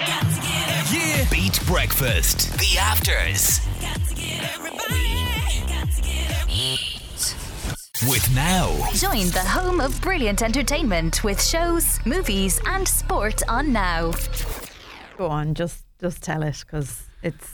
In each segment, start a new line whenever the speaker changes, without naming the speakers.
Yeah.
Beat breakfast. The afters. With now.
Join the home of brilliant entertainment with shows, movies, and sport on now.
Go on, just just tell it because it's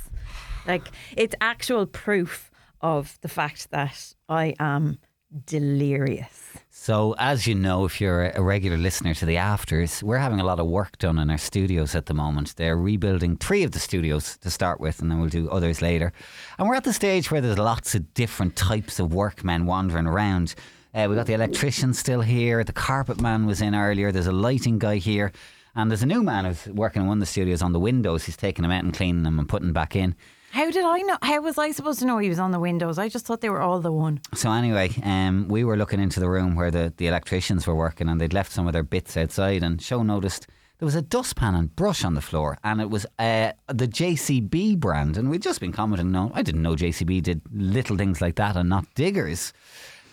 like it's actual proof of the fact that I am delirious.
So, as you know, if you're a regular listener to the afters, we're having a lot of work done in our studios at the moment. They're rebuilding three of the studios to start with, and then we'll do others later. And we're at the stage where there's lots of different types of workmen wandering around. Uh, we got the electrician still here, the carpet man was in earlier, there's a lighting guy here, and there's a new man who's working in one of the studios on the windows. He's taking them out and cleaning them and putting them back in.
How did I know? How was I supposed to know he was on the windows? I just thought they were all the one.
So anyway, um, we were looking into the room where the, the electricians were working and they'd left some of their bits outside and Show noticed there was a dustpan and brush on the floor and it was uh, the JCB brand and we'd just been commenting, no, I didn't know JCB did little things like that and not diggers.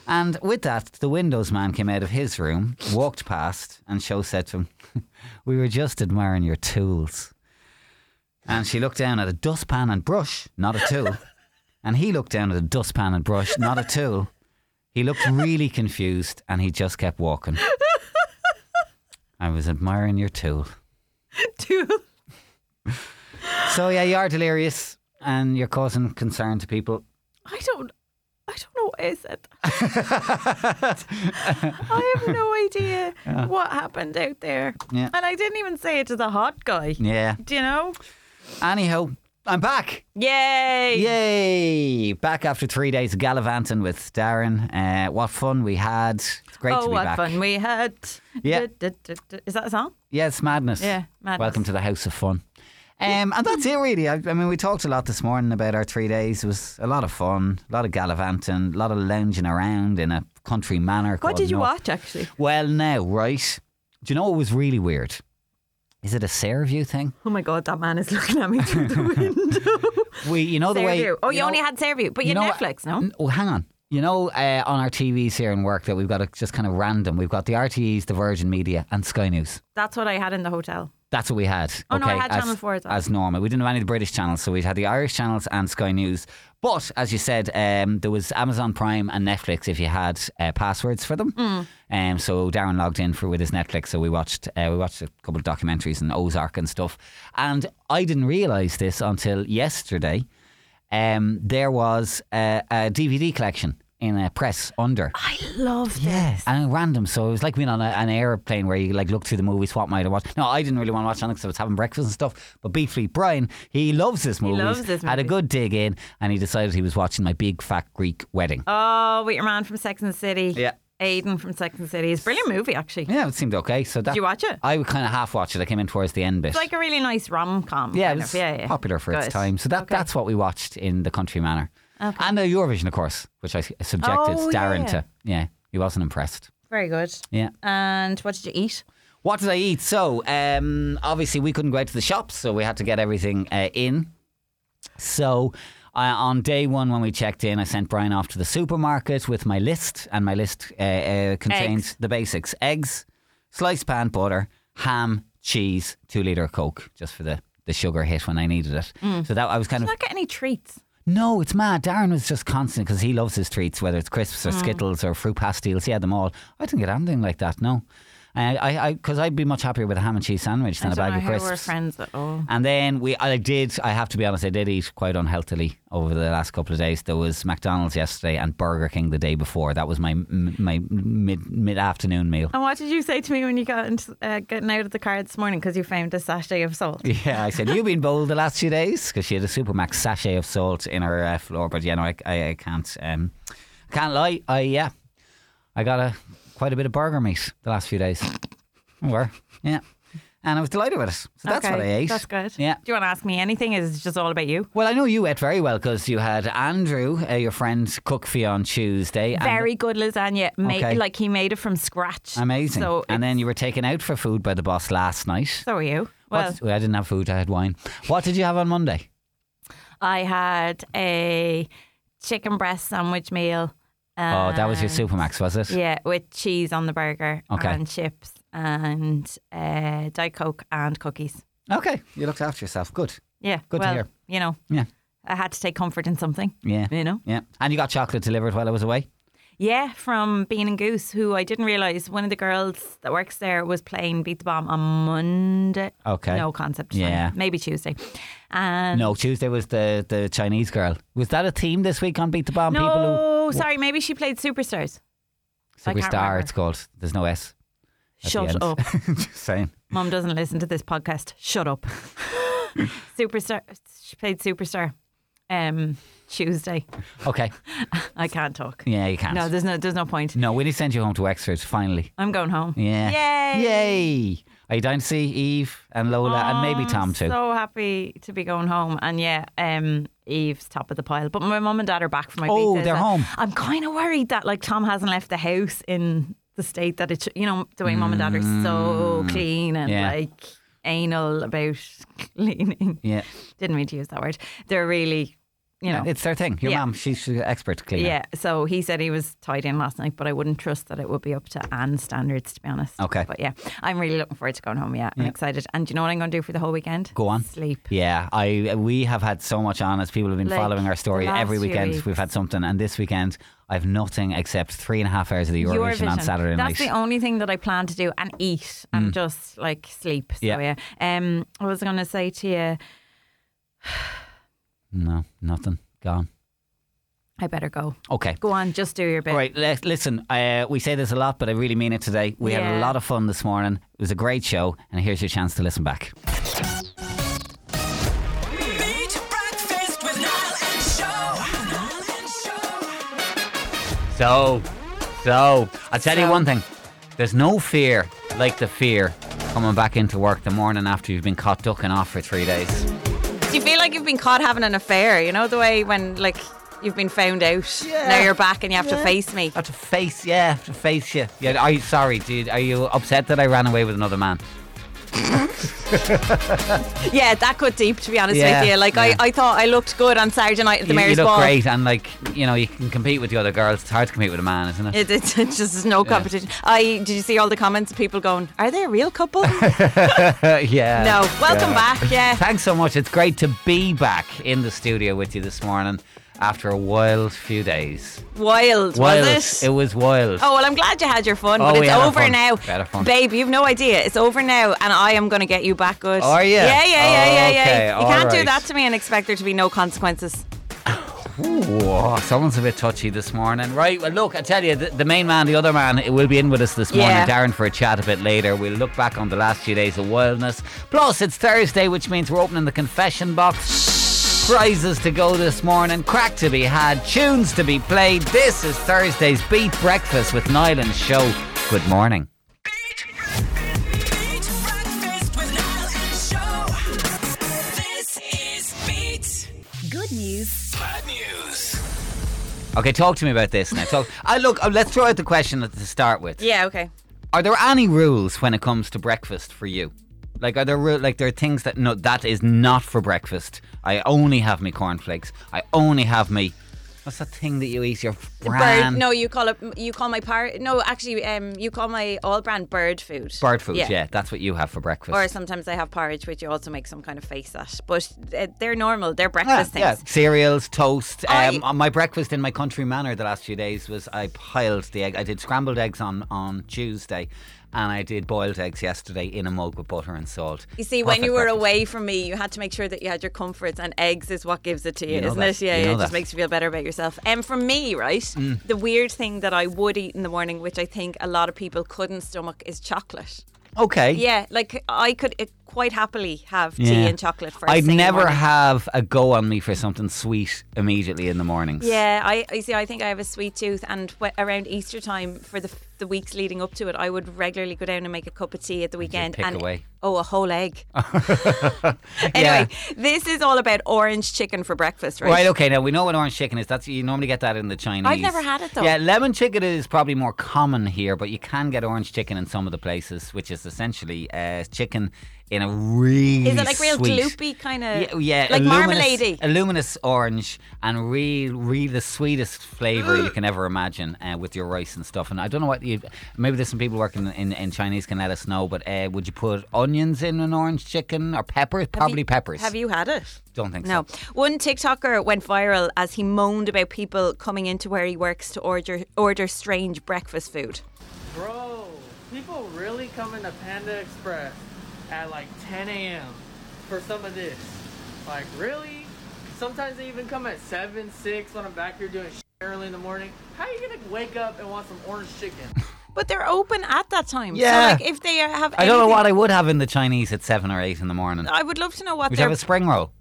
And with that, the windows man came out of his room, walked past and Show said to him, we were just admiring your tools. And she looked down at a dustpan and brush, not a tool. and he looked down at a dustpan and brush, not a tool. He looked really confused and he just kept walking. I was admiring your tool.
Two.
So, yeah, you are delirious and you're causing concern to people.
I don't. I don't know what I said. I have no idea what happened out there.
Yeah.
And I didn't even say it to the hot guy.
Yeah.
Do you know?
Anyhow, I'm back.
Yay!
Yay! Back after three days of gallivanting with Darren. Uh, what fun we had. It's great
oh,
to be
what
back.
fun we had.
Yeah.
Du- du- du- du- Is that a song?
Yeah, it's madness.
Yeah, madness.
Welcome to the house of fun. Um, and that's it, really. I, I mean, we talked a lot this morning about our three days. It was a lot of fun, a lot of gallivanting, a lot of lounging around in a country manner.
What
called
did you
North-
watch, actually?
Well, now, right? Do you know what was really weird? Is it a Sairview thing?
Oh my God, that man is looking at me through the window.
We, you know, the way.
Fairview. Oh, you,
know-
only had Fairview, but you
know-
Netflix, no?
N- Oh, hang on. You know, uh, on our TVs here in work, that we've got a, just kind of random. We've got the RTEs, the Virgin Media, and Sky News.
That's what I had in the hotel.
That's what we had.
Oh,
okay,
no, I had
as,
Channel 4 as well.
normal. We didn't have any of the British channels, so we had the Irish channels and Sky News. But as you said, um, there was Amazon Prime and Netflix if you had uh, passwords for them.
Mm.
Um, so Darren logged in for with his Netflix, so we watched uh, we watched a couple of documentaries and Ozark and stuff. And I didn't realise this until yesterday. Um, there was a, a DVD collection in a press under.
I loved
Yeah,
it.
and random. So it was like being on a, an airplane where you like look through the movies, what might I watch? No, I didn't really want to watch anything because I was having breakfast and stuff. But Beefy Brian, he loves this movie.
loves this
Had a
movie.
good dig in, and he decided he was watching my big fat Greek wedding.
Oh, with your man from Sex and the City.
Yeah.
Aiden from Sex and the City. It's a brilliant movie, actually.
Yeah, it seemed okay. So that
Did you watch it?
I would kind of half watch it. I came in towards the end bit.
It's like a really nice rom com.
yeah, it
kind
was
of. yeah, yeah.
popular for its
Good.
time. So that
Okay.
that's what we watched in the Country Manor, and the Eurovision, of course, which I s- subjected
Oh,
Darren
yeah.
to. Yeah, he wasn't impressed.
very good.
Yeah.
And what did you eat?
What did I eat? So, um, obviously, we couldn't go out to the shops, so we had to get everything uh, in. So, uh, on day one, when we checked in, I sent Brian off to the supermarket with my list, and my list uh, uh, contains
Eggs.
the basics eggs, sliced pan, butter, ham, cheese, two litre of Coke, just for the, the sugar hit when I needed it. So, that I was kind of.
Not get any treats.
No, it's mad. Darren was just constant because he loves his treats, whether it's crisps
Hmm.
or Skittles or fruit pastilles. He had them all. I didn't get anything like that. No, Uh, I, I, because I'd be much happier with a ham and cheese sandwich than
I
a
don't
bag
know
of
how we're
crisps.
friends at all.
And then we, I did. I have to be honest. I did eat quite unhealthily over the last couple of days. There was McDonald's yesterday and Burger King the day before. That was my m- my mid mid afternoon meal.
And what did you say to me when you got into, uh, getting out of the car this morning because you found a sachet of salt?
Yeah, I said, you've been bold the last few days because she had a Supermax sachet of salt in her uh, floor. But, you know, I, I, I can't um, can't lie. I, yeah, I got a, quite a bit of burger meat the last few days. We Were, yeah. And I was delighted with it. So that's
okay,
what I ate.
That's good.
Yeah.
Do you want to ask me anything? Is it just all about you?
Well, I know you ate very well because you had Andrew, uh, your friend, cook for you on Tuesday. and-
Very good lasagna. Ma-
Okay.
Like he made it from scratch.
amazing.
So,
and then you were taken out for food by the boss last night.
so are you. Well,
What- I didn't have food, I had wine. What did you have on Monday?
I had a chicken breast sandwich meal.
oh, that was your
and-
Supermax, was it?
Yeah, with cheese on the burger
Okay.
and chips and uh, Diet Coke and cookies.
Okay, you looked after yourself. Good.
Yeah.
Good to
well,
hear.
You know,
Yeah.
I had to take comfort in something.
Yeah.
You know?
Yeah. And you got chocolate delivered while I was away?
Yeah, from Bean and Goose, who I didn't realise one of the girls that works there was playing Beat the Bomb on Monday.
Okay.
No concept.
Yeah.
Yeah. Maybe Tuesday. And
No, Tuesday was the, the Chinese girl. Was that a theme this week on Beat the Bomb? People
No, sorry, maybe she played Superstars.
who
I can't
Superstar,
remember.
it's called. There's no S. at the
Shut
end.
up.
Just saying.
Mum doesn't listen to this podcast. Shut up. Superstar. She played Superstar um, Tuesday.
Okay.
I can't talk.
Yeah, you can't.
No,
No,
there's no, there's no point.
we need to send you home to Wexford, finally.
I'm going home.
Yeah.
Yay.
Yay. Are you down to see Eve and Lola and maybe Tom too?
So happy to be going home, and yeah, um, Eve's top of the pile. But my mum and dad are back from my
Oh,
birthday,
they're
so
home.
I'm kind of worried that like Tom hasn't left the house in the state that it. sh- You know the way mum and dad are so clean and
Mm. Yeah.
like anal about cleaning.
yeah.
Didn't mean to use that word. They're really, you know.
It's their thing. Your
Yeah.
mum, she's, she's an expert cleaner.
yeah, so he said he was tied in last night, but I wouldn't trust that it would be up to Anne's standards, to be honest.
Okay.
But yeah, I'm really looking forward to going home. Yeah, I'm excited. And do you know what I'm going to do for the whole weekend?
Go on.
Sleep.
Yeah, I we have had so much on as people have been
Like,
following our story
the last
every
few
weekend.
weeks.
We've had something, and this weekend I've nothing except three and a half hours of the Eurovision, on Saturday
That's
night. Mm.
the only thing that I plan to do and eat and just like sleep. So
Yeah.
yeah. Um I was gonna say to you,
no, nothing gone.
I better go.
Okay.
Go on, just do your bit.
All right, le- listen, uh, we say this a lot, but I really mean it today. We had a
Yeah.
lot of fun this morning. It was a great show, and here's your chance to listen back.
Beat breakfast with Niall and Show. Niall and Show.
So, so, I'll tell you
So.
one thing there's no fear like the fear coming back into work the morning after you've been caught ducking off for three days.
Do you feel like you've been caught having an affair? You know the way when like you've been found out. Now you're back and you have to face me.
I have to face, yeah, I have to face you. Yeah, are you sorry, dude? Are you upset that I ran away with another man?
Yeah, that got deep to be honest
Yeah,
with you. Like
yeah.
I, I thought I looked good on Saturday night at the
you, you
mayor's
look
ball.
great, and like you know, you can compete with the other girls. It's hard to compete with a man, isn't
It,
it?
it's just there's no competition. I did you see all the comments of people going, Are they a real couple?
Uh, yeah.
no. Welcome back, yeah.
Thanks so much. It's great to be back in the studio with you this morning after a wild few days.
Wild,
wild.
was it?
was wild.
Oh well, I'm glad you had your fun,
Oh,
but
we
it's
had our
over
fun.
now,
We had our fun.
babe. You've no idea. It's over now, and I am going to get you back good.
Are ya?
Yeah, yeah, yeah, yeah, yeah.
Okay,
you can't do
alright.
that to me and expect there to be no consequences.
Ooh, someone's a bit touchy this morning. Right, well, look, I tell you, the, the main man, the other man, it will be in with us this morning,
Yeah.
Darren, for a chat a bit later. We'll look back on the last few days of wildness. Plus, it's Thursday, which means we're opening the confession box. Prizes to go this morning, crack to be had, tunes to be played. This is Thursday's Beat Breakfast with Niall and Show. Good morning.
Beat. Beat breakfast with Niall and Show. This is Beat.
Good news,
Bad news.
Okay, talk to me about this now. Talk, I look, uh, let's throw out the question to start with.
Yeah, okay.
Are there any rules when it comes to breakfast for you? Like, are there ru- like there are things that no, that is not for breakfast. I only have me cornflakes. I only have me. What's that thing that you eat? Your bran.
Bird? No, you call it. You call my par. No, actually, um, you call my all brand bird food.
Bird food. Yeah. that's what you have for breakfast.
Or sometimes I have porridge, which you also make some kind of face at. But uh, they're normal. They're breakfast
Ah, yeah, yeah.
things.
cereals, toast. Um,
I-
on my breakfast in my country manor the last few days was I piled the egg. I did scrambled eggs on on Tuesday, and I did boiled eggs yesterday in a mug with butter and salt.
You see, when
Perfect
you were
breakfast.
away from me, you had to make sure that you had your comforts, and eggs is what gives it to you,
You know
isn't
that.
it? Yeah,
You
yeah,
know
it just
that. Mm.
makes you feel better about yourself. And for me, right, the weird thing that I would eat in the morning, which I think a lot of people couldn't stomach, is chocolate.
Okay.
Yeah, like I could uh, quite happily have tea
Yeah.
and chocolate first.
I'd
thing in the
never
morning.
have a go on me for something sweet immediately in the mornings.
Yeah, I you see. I think I have a sweet tooth, and wh- around Easter time for the f- the weeks leading up to it, I would regularly go down and make a cup of tea at the weekend.
pick
and
away.
oh, a whole egg. anyway, this is all about orange chicken for breakfast, right?
Right. Okay. Now we know what orange chicken is. That's you normally get that in the Chinese.
I've never had it, though.
Yeah, lemon chicken is probably more common here, but you can get orange chicken in some of the places, which is essentially uh, chicken in a really
Is it like real
sweet,
gloopy kind of?
yeah, yeah,
like
a luminous-
marmalade.
a luminous orange, and real, real the sweetest flavor you can ever imagine uh, with your rice and stuff. And I don't know what you maybe there's some people working in, in Chinese can let us know. But uh, would you put onions in an orange chicken or peppers? Probably peppers.
Have you had it?
Don't think
No.
so.
One TikToker went viral as he moaned about people coming into where he works to order order strange breakfast food.
Bro, people really come into Panda Express at like 10 a.m. for some of this. Like, really? Sometimes they even come at 7, 6 when I'm back here doing shit early in the morning. How are you gonna wake up and want some orange chicken?
But they're open at that time.
Yeah.
So like if they have
I don't know
anything-
what I would have in the Chinese at seven or eight in the morning.
I would love to know what
Would you have
they're
a spring roll?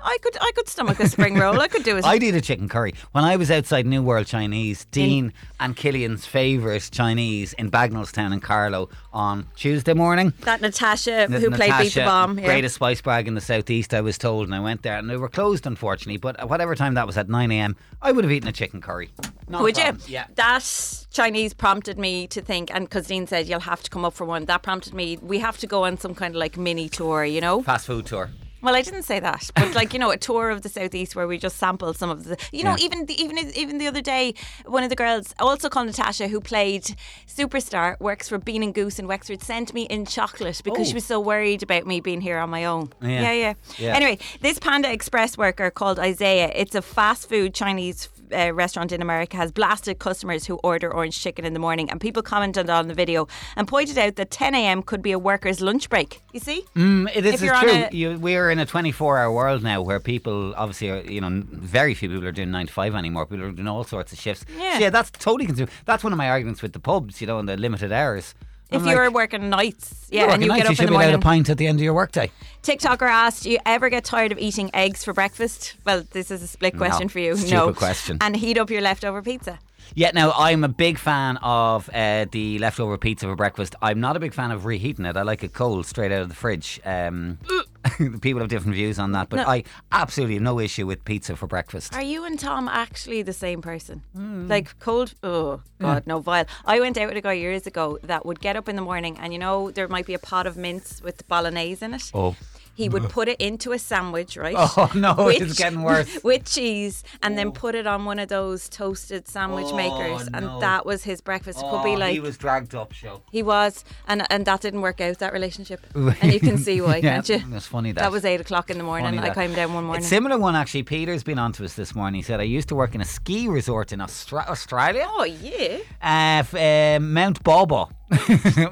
I could I could stomach a spring roll. I could do it.
I did a chicken curry when I was outside New World Chinese. Dean and Killian's favourite Chinese in Bagnallstown and Carlow on Tuesday morning.
that Natasha
N-
who played Beat the
Natasha,
Bomb. yeah.
Greatest spice bag in the southeast, I was told, and I went there, and they were closed, unfortunately. But whatever time that was at nine a.m., I would have eaten a chicken curry. Not a
Would you?
problem. Yeah.
That Chinese prompted me to think, and because Dean said you'll have to come up for one, that prompted me. We have to go on some kind of like mini tour, you know.
Fast food tour.
Well, I didn't say that, but like you know, a tour of the southeast where we just sample some of the, you know,
Yeah.
even the, even even the other day, one of the girls, also called Natasha, who played Superstar, works for Bean and Goose in Wexford, sent me in chocolate because she was so worried about me being here on my own.
Oh. Yeah.
yeah. yeah.
Yeah.
Anyway, this Panda Express worker called Isaiah. It's a fast food Chinese. Uh, restaurant in America has blasted customers who order orange chicken in the morning, and people commented on the video and pointed out that 10 a.m. could be a worker's lunch break. You see?
Mm, it- This
you're
is
on
true.
a-
You, we're in a 24-hour world now, where people obviously, are, you know, n- very few people are doing nine to five anymore. People are doing all sorts of shifts.
Yeah.
So, yeah, that's totally consuming. That's one of my arguments with the pubs, you know, and the limited hours.
If
I'm
you were
like,
working nights, yeah,
you're working
and you
nights,
get up
should
in the
be allowed
morning.
a pint at the end of your workday.
TikToker asked, "Do you ever get tired of eating eggs for breakfast?" Well, this is a split question for you.
Stupid
no
question.
And heat up your leftover pizza.
Yeah, now I'm a big fan of uh, the leftover pizza for breakfast. I'm not a big fan of reheating it. I like it cold, straight out of the fridge. Um, people have different views on that, but I absolutely have no issue with pizza for breakfast.
Are you and Tom actually the same person?
Hmm.
Like cold? Oh God, no, vile. I went out with a guy years ago that would get up in the morning, and you know there might be a pot of mince with bolognese in it.
Oh.
He would put it into a sandwich, right?
Oh, no, it's getting worse. Oh.
With cheese, and then put it on one of those toasted sandwich makers, and
no.
that was his breakfast. It could be like
Oh, he was dragged up, show.
He was, and and that didn't work out that relationship, and you can see why,
Yeah,
can't you?
that's funny that.
That was eight o'clock in the morning.
Funny
I
that.
came down one morning.
It's similar one actually. Peter's been on to us this morning. He said I used to work in a ski resort in Austra- Australia,
oh yeah,
uh, f- uh, Mount Bobo.
Say-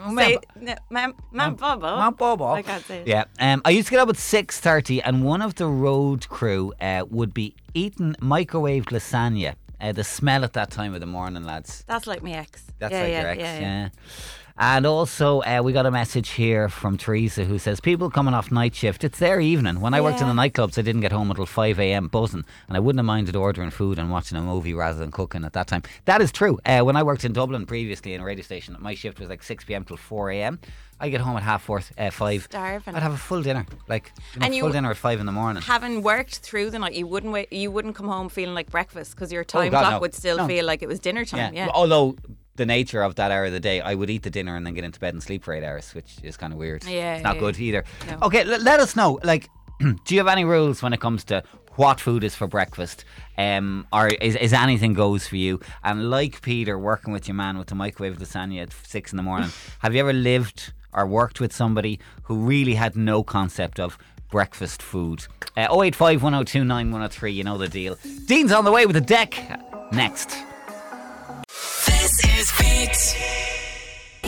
no, ma'am, ma'am, Bobo.
Mount Bobo.
I can't say it.
Yeah. Um, I used to get up at six thirty, and one of the road crew uh, would be eating microwaved lasagna. Uh, the smell at that time of the morning, lads.
That's like my ex.
That's
yeah,
like
yeah,
your ex,
yeah,
yeah.
yeah.
And also, uh, we got a message here from Teresa who says, People coming off night shift, it's their evening. When I worked in the nightclubs, I didn't get home until 5 a.m. buzzing, and I wouldn't have minded ordering food and watching a movie rather than cooking at that time. That is true. Uh, when I worked in Dublin previously in a radio station, my shift was like 6 p.m. till 4 a.m. I get home at half four, uh, five.
Starving.
I'd have a full dinner, like you know,
And you-
full dinner at five in the morning.
Having worked through the night, you wouldn't wait, you wouldn't come home feeling like breakfast because your time
Oh, God,
clock
no.
would still
No. oh,
feel like it was dinner time. Yeah.
Although the nature of that hour of the day, I would eat the dinner and then get into bed and sleep for eight hours, which is kind of weird.
Yeah,
It's not
yeah.
good either. Okay, l- let us know. Like, do you have any rules when it comes to what food is for breakfast? Um, or is, is anything goes for you? And like Peter, working with your man with the microwave lasagna at six in the morning, have you ever lived or worked with somebody who really had no concept of breakfast food? Uh, 085 102 9103, you know the deal. Dean's on the way with the deck. Next.
This is Beat.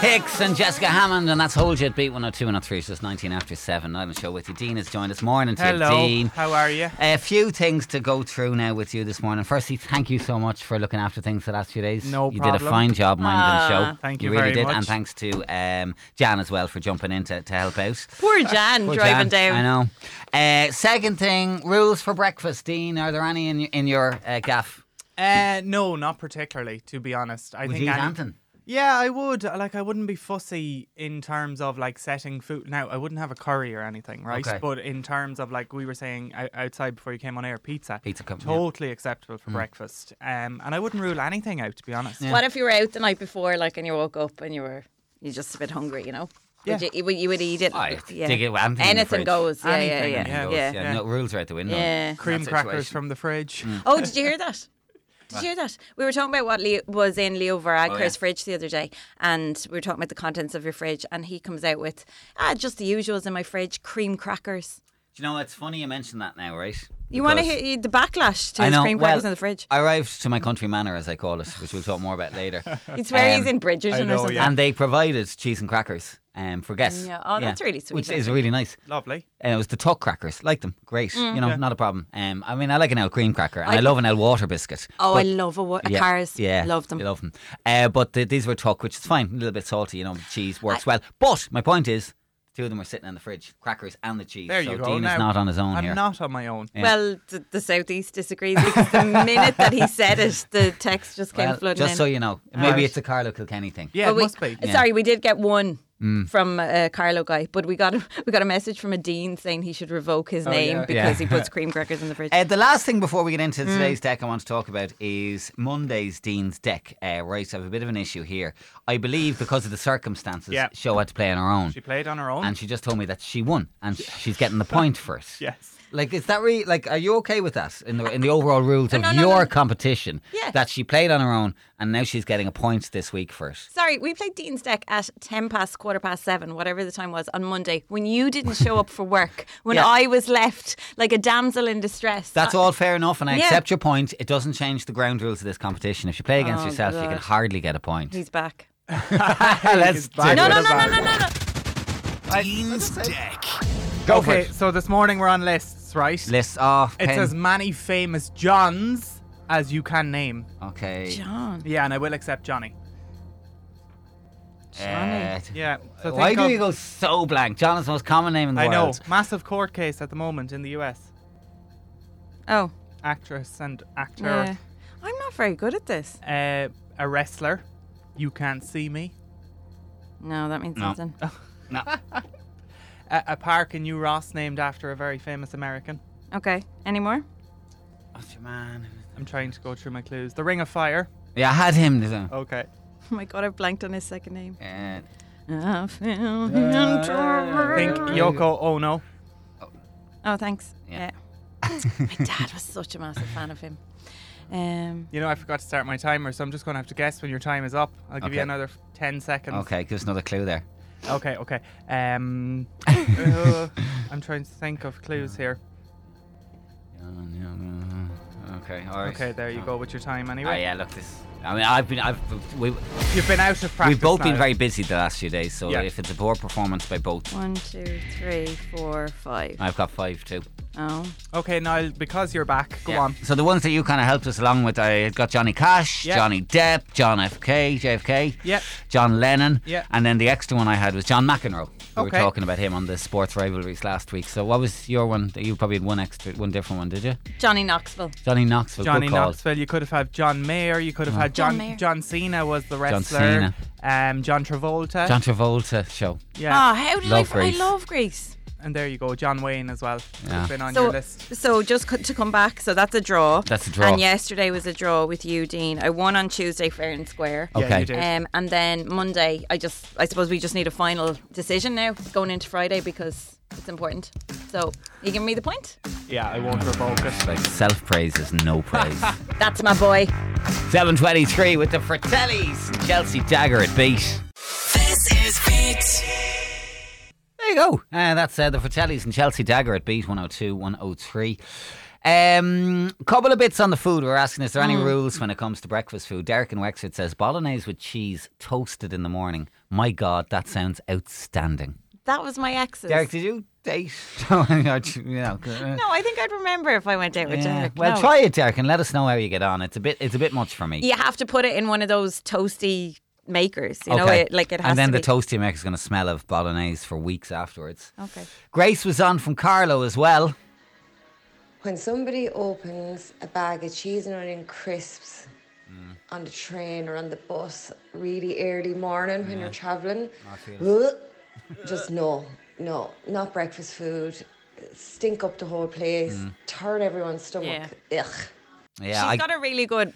Hicks and Jessica Hammond, and that's Hold You at Beat 102 103. So it's 19 after 7. I'm show with you. Dean has joined us. Morning to you,
Hello.
Dean.
How are you?
A few things to go through now with you this morning. Firstly, thank you so much for looking after things the last few days.
No
you did a
problem. Ah,
fine job minding the show.
Thank you
really
very
did,
much.
and thanks to um, Jan as well for jumping in to, to help out.
Poor Jan
Poor
driving
Jan,
down.
I know. Uh, second thing, rules for breakfast, Dean. Are there any in, y- in your uh, gaff?
Uh, no, not particularly. To be honest, I
Would
think
you eat
any-
Anton?
Yeah, I would. Like, I wouldn't be fussy in terms of like setting food. Now, I wouldn't have a curry or anything, right?
Okay.
But in terms of like we were saying o- outside before you came on air, pizza,
Pizza company, yeah. Mm.
totally acceptable for breakfast. Um, and I wouldn't rule anything out. To be honest,
What if you were out the night before, like, and you woke up and you were You're just a bit hungry, you know.
Yeah.
Would you, you, would- you would eat it.
I
yeah.
dig it. Anything, in the
Anything
fridge.
goes. Yeah, yeah,
Anything,
yeah,
Anything goes.
yeah.
No rules are out the window.
Yeah.
in that
Cream crackers
situation. Mm.
from the fridge.
Oh, did you hear that? Did you hear that? We were talking about what Leo, was in Leo Varadkar's
Oh, yeah.
fridge the other day, and we were talking about the contents of your fridge, and he comes out with ah, just the usuals in my fridge, cream crackers.
Do you know it's funny you mentioned that now, right?
You want to
Because-
hear the backlash to
I
his
know.
cream
well,
crackers in the fridge?
I arrived to my country manor, as I call it, which we'll talk more about later.
It's where
um,
he's in Bridgerton
know,
or something.
yeah.
And they provided cheese and crackers um, for guests.
Yeah. Oh, that's really sweet,
Which
actually.
is really nice.
Lovely.
And it was the tuck crackers. Like them. Great. You know, not a problem. Um, I mean, I like an L cream cracker and I,
Mm. I-
love an L water biscuit.
Oh, I
but-
love a, wa- a
yeah,
cars.
Yeah.
love them.
you Love them. Uh, but the, these were tuck, which is fine. A little bit salty, you know, cheese works well. But my point is, the two of them were sitting in the fridge, crackers and the cheese.
There
so
you go.
Dean
Now,
is not on his own
I'm
here.
not on my own.
Yeah.
Well, the, the southeast disagrees because the minute that he said it, the text just came
Well,
flooding
just
in.
so you know, maybe it's a Carlo Kilkenny thing.
Yeah,
But
it
we-
must be.
Sorry, we did get one
Mm.
from a Carlo guy, but we got a, we got a message from a dean saying he should revoke his
Oh,
name
yeah.
because he
Yeah.
puts cream crackers in the fridge.
Uh, the last thing before we get
Mm.
into today's deck I want to talk about is Monday's Dean's deck. Uh, right, I have a bit of an issue here. I believe because of the circumstances,
Yeah.
Show had to play on her own.
She played on her own.
and she just told me that she won and she's getting the point first.
yes.
Like, is that really, like, are you okay with that in the, in the overall rules of
no, no,
your
no.
competition?
Yeah.
That she played on her own and now she's getting a point this week first.
Sorry, we played Dean's Deck at 10 past, quarter past seven, whatever the time was, on Monday when you didn't show up for work, when
Yeah.
I was left like a damsel in distress.
That's all fair enough, and I
Uh, yeah.
accept your point. It doesn't change the ground rules of this competition. If you play against
Oh,
yourself, you
God.
can hardly get a point.
Oh, He's back.
Let's do
back.
it.
No, no, no, no, no, no, no.
Dean's Deck.
Go for
okay,
it.
so this morning we're on lists, right?
List off.
It's
pen.
as many famous Johns as you can name.
Okay.
John.
Yeah, and I will accept Johnny.
Uh,
Yeah. So
why
think
do
of-
you go so blank? John is the most common name in the
I know.
world.
Massive court case at the moment in the US.
Oh,
Actress and
yeah.
actor.
I'm not very good at this.
Uh, a wrestler. You can't see me.
No, that means
No.
nothing.
A, a park in New Ross named after a very famous American.
Okay, any more?
What's Oh, your man?
I'm trying to go through my clues. The Ring of Fire.
Yeah, I had him. didn't I?
Okay.
Oh my god, I've blanked on his second name.
Oh.
Uh,
I feel inter-
Think Yoko Ono.
Oh, thanks. Yeah.
Yeah.
my dad was such a massive fan of him. Um,
You know, I forgot to start my timer, so I'm just going to have to guess when your time is up. I'll give
Okay.
you another f- 10 seconds.
okay, gives another clue there.
Okay, okay. Um, uh, I'm trying to think of clues here.
Okay, all right.
Okay, there you go with your time
Oh
anyway.
yeah, look this. I mean, I've been, I've, we,
You've been out of practice.
we've both been
now.
very busy the last few days. So
Yeah.
if it's a poor performance by both,
one, two, three, four, five.
I've got five too.
Oh,
Okay, Niall, because you're back, go
Yeah.
on.
So the ones that you kind of helped us along with, I had got Johnny Cash,
Yeah.
Johnny Depp, John FK, JFK,
Yep.
John Lennon,
Yeah.
and then the extra one I had was John McEnroe. We were
Okay.
talking about him on the sports rivalries last week. So what was your one? You probably had one extra, one different one, did you?
Johnny Knoxville.
Johnny Knoxville.
Johnny
good call. Mm.
Knoxville. You could have had John Mayer. You could have had
John
John.
Mayer.
John, Cena was the
Cena.
wrestler. Um, John Travolta.
John Travolta show.
yeah.
Oh, how did
Love
I?
Greece.
I love Greece.
And there you go, John Wayne as well.
Yeah.
Who's been on your
So,
list.
so just co- to come back. So that's a draw.
That's a draw.
And yesterday was a draw with you, Dean. I won on Tuesday, fair and square.
Yeah,
Okay.
you did.
Um, and then Monday, I just, I suppose we just need a final decision now going into Friday because it's important. So you giving me the point?
Yeah, I won't revoke it.
Like self praise is no praise.
That's my boy.
723 with the Fratellis. Chelsea Dagger at beat.
This is Beat.
There you go. Uh, that's uh, the Fratellis and Chelsea Dagger at beat 102, 103. Um, couple of bits on the food. We're asking, is there
Hmm.
any rules when it comes to breakfast food? Derek in Wexford says bolognese with cheese toasted in the morning. My God, that sounds outstanding.
That was my ex's.
Derek, did you date? no, no,
no, I think I'd remember if I went out with Derek.
uh, Well,
No.
try it, Derek, and let us know how you get on. It's a bit, it's a bit much for me.
You have to put it in one of those toasty makers. You know,
Okay.
it, like it has
and then
to
the
be.
toasty maker's going to smell of bolognese for weeks afterwards.
okay.
Grace was on from Carlo as well.
When somebody opens a bag of cheese and onion crisps on the train or on the bus really early morning when you're traveling, just no, no, not breakfast food. Stink up the whole place, turn everyone's stomach. Ugh.
Yeah,
She's
I,
got a really good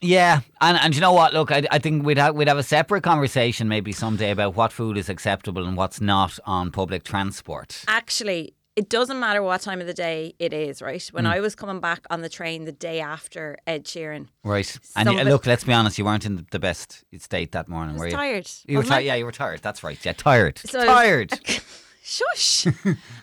Yeah, and and you know what? Look, I, I think we'd have we'd have a separate conversation maybe someday about what food is acceptable and what's not on public transport.
actually it doesn't matter what time of the day it is, right? When
Hmm.
I was coming back on the train the day after Ed Sheeran,
Right, and you,
Somebody-
look, let's be honest, you weren't in the best state that morning,
I
were
was
you?
tired.
You were
wasn't I?
tired. Yeah, you were tired. That's right. Yeah, tired.
So I was-
tired.
Shush.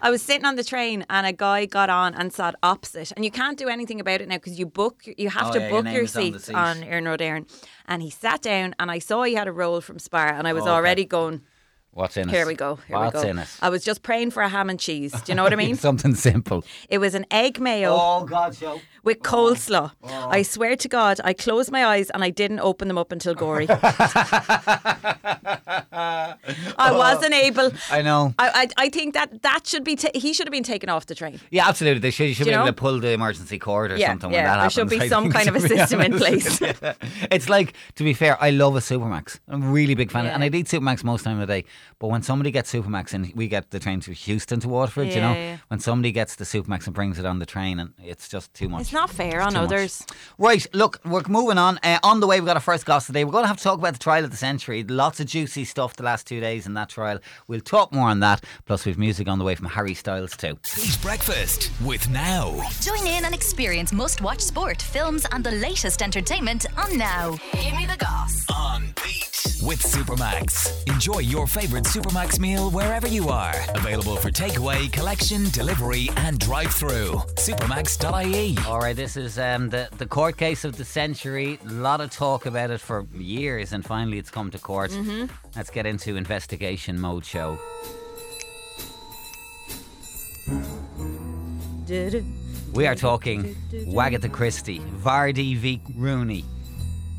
I was sitting on the train and a guy got on and sat opposite. And you can't do anything about it now because you book, you have
Oh,
to
yeah, your
book
name
your
is on the
seats
seat.
on Erin Road Erin. And he sat down and I saw he had a roll from Spar and I was
okay.
already going,
What's in it?
here we go, here
What's
we go.
in it?
I was just praying for a ham and cheese. Do you know what I mean?
Something simple.
It was an egg mayo
Oh. God, Joe.
with coleslaw.
Oh.
I swear to God, I closed my eyes and I didn't open them up until Gory. I wasn't able.
I know.
I, I, I think that that should be ta- he should have been taken off the train.
Yeah, absolutely. They should, you should
Do
be
you
able
know?
to pull the emergency cord or
Yeah,
something when
yeah,
that
there
happens.
should be
I
some
think,
kind of
to
a
be
system in
honest.
place.
Yeah. It's like, to be fair, I love a Supermax. I'm a really big fan, of, and I eat Supermax most time of the day. But when somebody gets Supermax, and we get the train to Houston to Waterford, you
Yeah,
know,
yeah.
when somebody gets the Supermax and brings it on the train, and it's just too much.
It's not fair on
too much.
others.
Right, look, we're moving on. Uh, on the way, we've got our first gossip today. We're going to have to talk about the trial of the century. Lots of juicy stuff the last two days in that trial. We'll talk more on that. Plus, we've music on the way from Harry Styles, too.
Eat breakfast with Now.
Join in and experience must watch sport, films, and the latest entertainment on Now. Give me the goss.
On Beat with Supermax. Enjoy your favorite Supermax meal wherever you are. Available for takeaway, collection, delivery, and drive through. Supermax.ie.
All right, this is um, the, the court case of the century. A lot of talk about it for years, and finally it's come to court. Let's get into investigation mode show. We are talking Wagatha Christie, Vardy v. Rooney.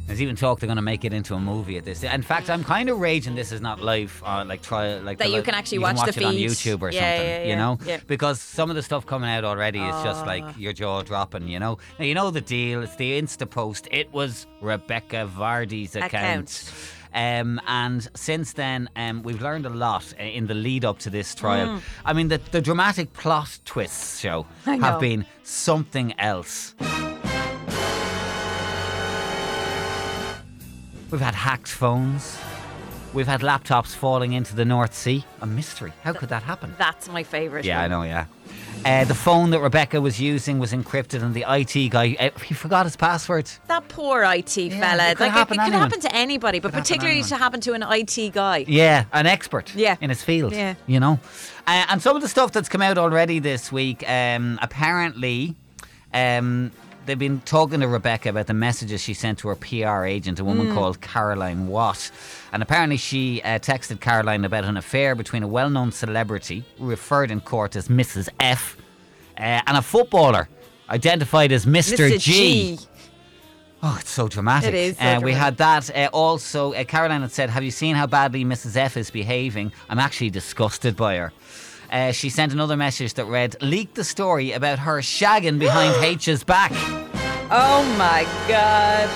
There's even talk they're going to make it into a movie at this. In fact, I'm kind of raging this is not live, uh, like try like
That
the
you
li-
can actually
you
watch the
it on
feed.
YouTube or
Yeah,
something,
yeah,
you
yeah,
know,
yeah. Ah.
because some of the stuff coming out already is just like your jaw dropping, you know. Now you know the deal. It's the Insta post. It was Rebecca Vardy's account.
Account.
Um, and since then, um, we've learned a lot uh, in the lead up to this
Mm.
trial. I mean, the, the dramatic plot twists show have
know.
been something else. We've had hacked phones. We've had laptops falling into the North Sea. A mystery. How could that happen?
That's my favourite.
Yeah, I know, yeah. Uh, the phone that Rebecca was using was encrypted, and the IT guy uh, he forgot his password.
That poor IT fella.
it could
like it, it
happen
could
to anyone.
happen to anybody, but
Could happen to
particularly
anyone.
to happen to an IT guy.
Yeah, an expert.
Yeah.
in his field.
Yeah.
you know, uh, and some of the stuff that's come out already this week. Um, apparently, um, they've been talking to Rebecca about the messages she sent to her PR agent, a
Hmm.
woman called Caroline Watt, and apparently she uh, texted Caroline about an affair between a well-known celebrity referred in court as Mrs. F, uh, and a footballer identified as Mr.
Mr.
G.
G.
Oh, it's so dramatic.
It is so
Uh, we
dramatic.
had that. Uh, also, uh, Caroline had said, Have you seen how badly Mrs. F is behaving? I'm actually disgusted by her. Uh, she sent another message that read, Leak the story about her shagging behind H's back.
Oh my God.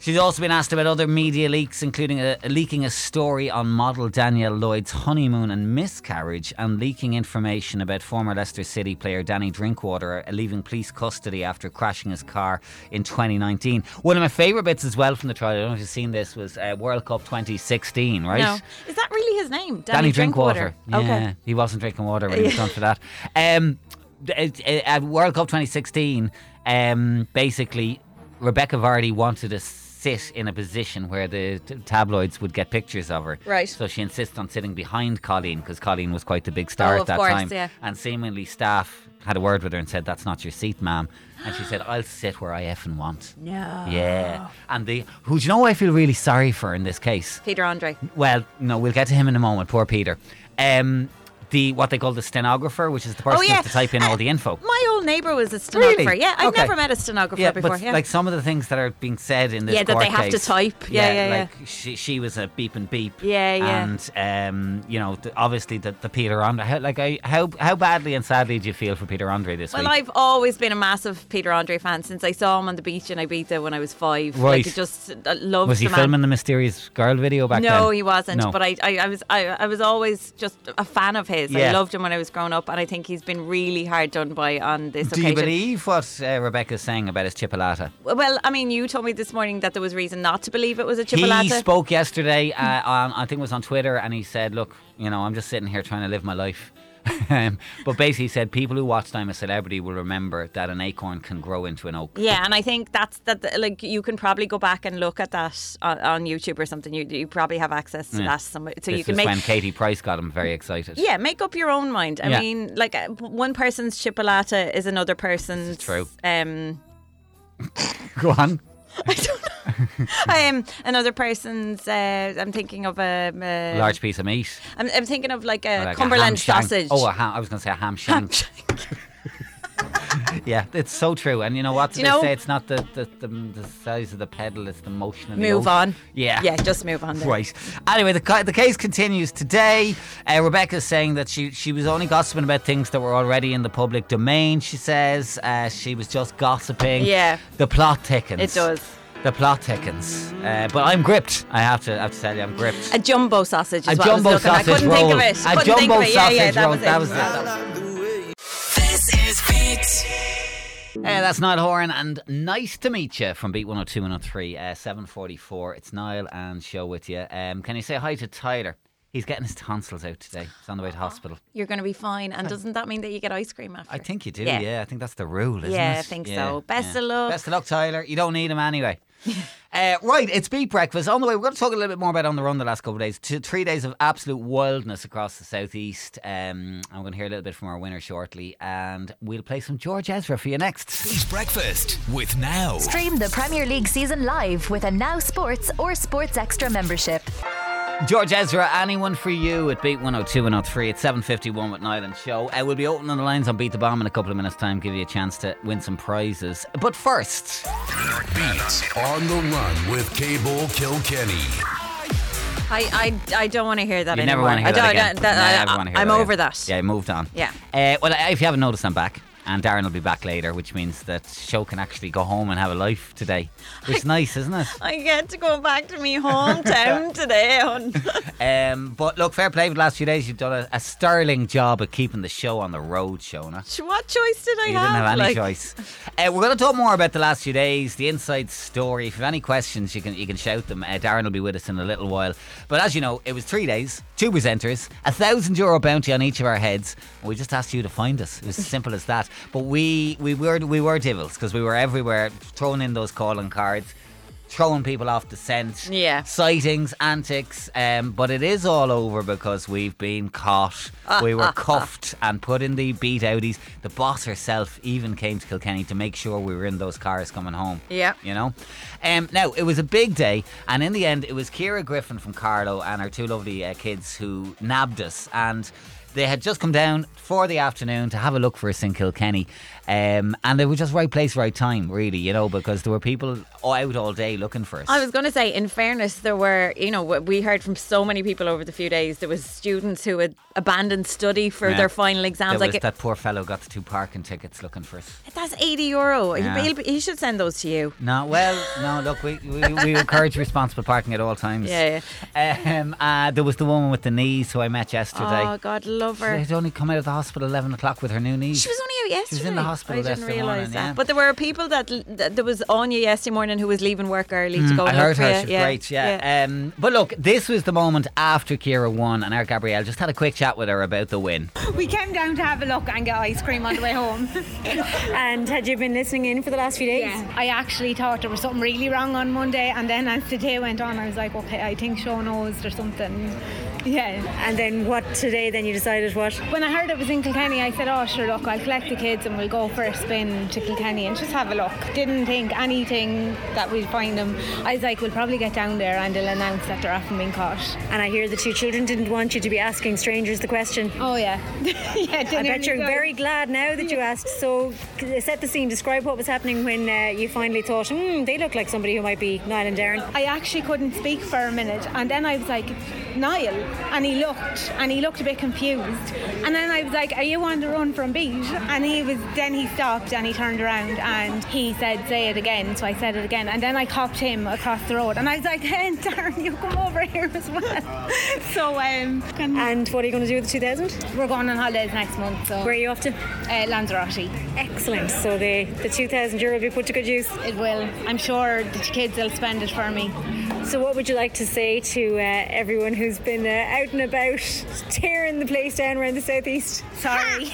She's also been asked about other media leaks, including a, leaking a story on model Danielle Lloyd's honeymoon and miscarriage, and leaking information about former Leicester City player Danny Drinkwater uh, leaving police custody after crashing his car in 2019. One of my favourite bits as well from the trial, I don't know if you've seen this, was uh, World Cup 2016, right?
No. Is that really his name? Danny,
Danny Drinkwater. Yeah,
Okay.
he wasn't drinking water when he was done for that. Um, d- uh, uh, World Cup 2016, um, basically, Rebecca Vardy wanted to sit in a position where the t- tabloids would get pictures of her.
Right.
So she insists on sitting behind Colleen because Colleen was quite the big star
Oh,
at
of
that
course,
time.
yeah.
And seemingly staff had a word with her and said, "That's not your seat, ma'am." And she said, "I'll sit where I effing want."
No.
Yeah. And the who do you know? I feel really sorry for in this case.
Peter Andre.
Well, no, we'll get to him in a moment. Poor Peter. Um, the what they call the stenographer, which is the person who has
yeah.
to type in all the info.
Oh, Uh, My old neighbour was a stenographer. Yeah, I've
Okay.
never met a stenographer
Yeah,
before.
but
yeah.
like some of the things that are being said in this
Yeah, that they
court
have to
case,
type. Yeah, yeah, yeah.
like She, she was a beep and beep.
Yeah, yeah.
And um, you know, the, obviously the, the Peter Andre. How, like, I, how how badly and sadly do you feel for Peter Andre this
well,
week?
I've always been a massive Peter Andre fan since I saw him on the beach in Ibiza when I was five. Like,
Right.
I just I loved
was he
the man.
filming the mysterious girl video back then?
no, he wasn't.
No.
But I, I, I was, I, I was always just a fan of his.
Yeah.
I loved him when I was growing up, and I think he's been really hard done by on on this
Do you
occasion.
believe what uh, Rebecca's saying about his chipolata?
Well, I mean, you told me this morning that there was reason not to believe it was a
He
chipolata.
spoke yesterday uh, on, I think it was on Twitter, and he said, "Look, you know, I'm just sitting here trying to live my life." um, but basically, he said people who watched I'm a Celebrity will remember that an acorn can grow into an oak.
yeah, and I think that's that. Like, you can probably go back and look at that on, on YouTube or something. You you probably have access to
Yeah.
that somewhere, so
this
you can
is
make
when Katie Price got him very excited.
Yeah, make up your own mind. I
Yeah.
mean, like uh, p- one person's chipolata is another person's.
true.
Um,
go on.
um, another person's. Uh, I'm thinking of um, uh, a. a
Large piece of meat.
I'm, I'm thinking of like a
Like a ham
Uh, Cumberland
shank.
sausage.
Oh, a ham, I was going to say a ham shank. yeah, it's so true. And you know what?
Do you
they
know-
say it's not the, the, the, the size of the pedal, it's the motion of the
Move
oak.
on.
Yeah.
Yeah, just move on. Then.
Right. Anyway, the, ca- the case continues today. Uh, Rebecca's saying that she, she was only gossiping about things that were already in the public domain, she says. Uh, she was just gossiping.
Yeah.
The plot thickens.
It does.
The plot thickens. Uh, but I'm gripped. I have to, I have to tell you, I'm gripped.
A jumbo sausage is
A
what
jumbo
I was looking at. I
sausage
couldn't
roll.
think of it.
A
couldn't think
jumbo
of it. Yeah, yeah,
sausage
that
roll.
was it.
That was it.
This is Beat.
Uh, that's Niall Horan and nice to meet you from Beat 102 103, uh, 744. It's Niall and show with you. Um, can you say hi to Tyler? He's getting his tonsils out today. He's on the way to hospital.
You're going to be fine. And doesn't that mean that you get ice cream after?
I think you do, yeah.
Yeah.
I think that's the rule, isn't
Yeah,
it?
I think so. Best of luck.
Best of luck, Tyler. You don't need him anyway. uh, right, it's Beat Breakfast. On the way, we're going to talk a little bit more about On the Run the last couple of days. Two, three days of absolute wildness across the southeast. Um, I'm going to hear a little bit from our winner shortly, and we'll play some George Ezra for you next.
Beat Breakfast with Now.
Stream the Premier League season live with a Now Sports or Sports Extra membership.
George Ezra, anyone for you at Beat 102 103 at 7.51 with Nyland Show. Uh, we'll be opening the lines on Beat the Bomb in a couple of minutes' time, give you a chance to win some prizes. But first...
Beat on the run with Cable Kilkenny.
I, I, I don't want to hear that
You never
anymore.
want to hear
I don't,
that again.
I, that,
Nah,
I,
never wanna hear
I'm
that
over
again.
that.
Yeah, I moved on.
Yeah.
Uh, well, if you haven't noticed, I'm back, and Darren will be back later, which means that show can actually go home and have a life today. Which is nice, isn't it?
I get to go back to me hometown today. hon.
Um, but look, fair play for the last few days. You've done a, a sterling job of keeping the show on the road, Shona.
what choice did I
You
have?
didn't have any
Like,
choice. Uh, we're going to talk more about the last few days, the inside story. If you have any questions, you can you can shout them. Uh, Darren will be with us in a little while. But as you know, it was three days, two presenters, a thousand euro bounty on each of our heads. We just asked you to find us. It was as simple as that. But we we were we were divils because we were everywhere, throwing in those calling cards. Throwing people off the scent,
Yeah.
sightings, antics, um, but it is all over because we've been caught. we were cuffed and put in the beat outies. The boss herself even came to Kilkenny to make sure we were in those cars coming home.
Yeah.
You know? Um, now, it was a big day, and in the end, it was Kira Griffin from Carlo and our two lovely uh, kids who nabbed us. And they had just come down for the afternoon to have a look for us in Kilkenny. Um, and they were just right place, right time, really, you know, because there were people out all day looking for us.
I was going to say, in fairness, there were, you know, what we heard from so many people over the few days. There was students who had abandoned study for
Yeah.
their final exams.
There
Like
was that poor fellow got the two parking tickets looking for us.
that's eighty euro. He'll
Yeah.
be- he'll be- He should send those to you.
No, well, no. Look, we, we, we encourage responsible parking at all times.
Yeah,
yeah. Um, uh, there was the woman with the knees who I met yesterday.
Oh God, love
she
her.
had only come out of the hospital eleven o'clock with her new knees.
She was only out
She
yesterday.
was in the hospital
I didn't
yesterday
realise
morning,
that.
yeah.
But there were people that, that there was Anya yesterday morning who was leaving work early to go.
Mm. I
and look
heard
for
her.
you.
She was great. Yeah. Um, but look, this was the moment after Kira won, and our Gabrielle just had a quick chat with her about the win.
We came down to have a look and get ice cream on the way home.
And had you been listening in for the last few days?
I actually thought there was something really wrong on Monday, and then as the day went on, I was like, okay, I think Sean knows there's something. Yeah.
And then what today? Then you decided what?
When I heard it was in Kilkenny, I said, oh, sure, look, I'll collect the kids and we'll go for a spin to Kilkenny and just have a look. Didn't think anything that we'd find them. I was like, we'll probably get down there and they'll announce that they're often being caught.
And I hear the two children didn't want you to be asking strangers the question.
Oh, yeah. yeah
I bet you're very glad now that you asked. So, c- set the scene. Describe what was happening when uh, you finally thought, hmm, they look like somebody who might be Niall and Darren.
I actually couldn't speak for a minute, and then I was like, Niall and he looked and he looked a bit confused. And then I was like, Are you on the run from Beat? And he was then he stopped and he turned around and he said, Say it again. So I said it again. And then I copped him across the road and I was like, Hey Darren, you come over here as well. so um
And what are you gonna do with the two thousand?
We're going on holidays next month, so
Where are you off to?
Uh, Lanzarote.
Excellent. So the the two thousand euro will be put to good use.
It will. I'm sure the kids will spend it for me.
So what would you like to say to uh, everyone who's been uh, out and about tearing the place down around the southeast?
Sorry.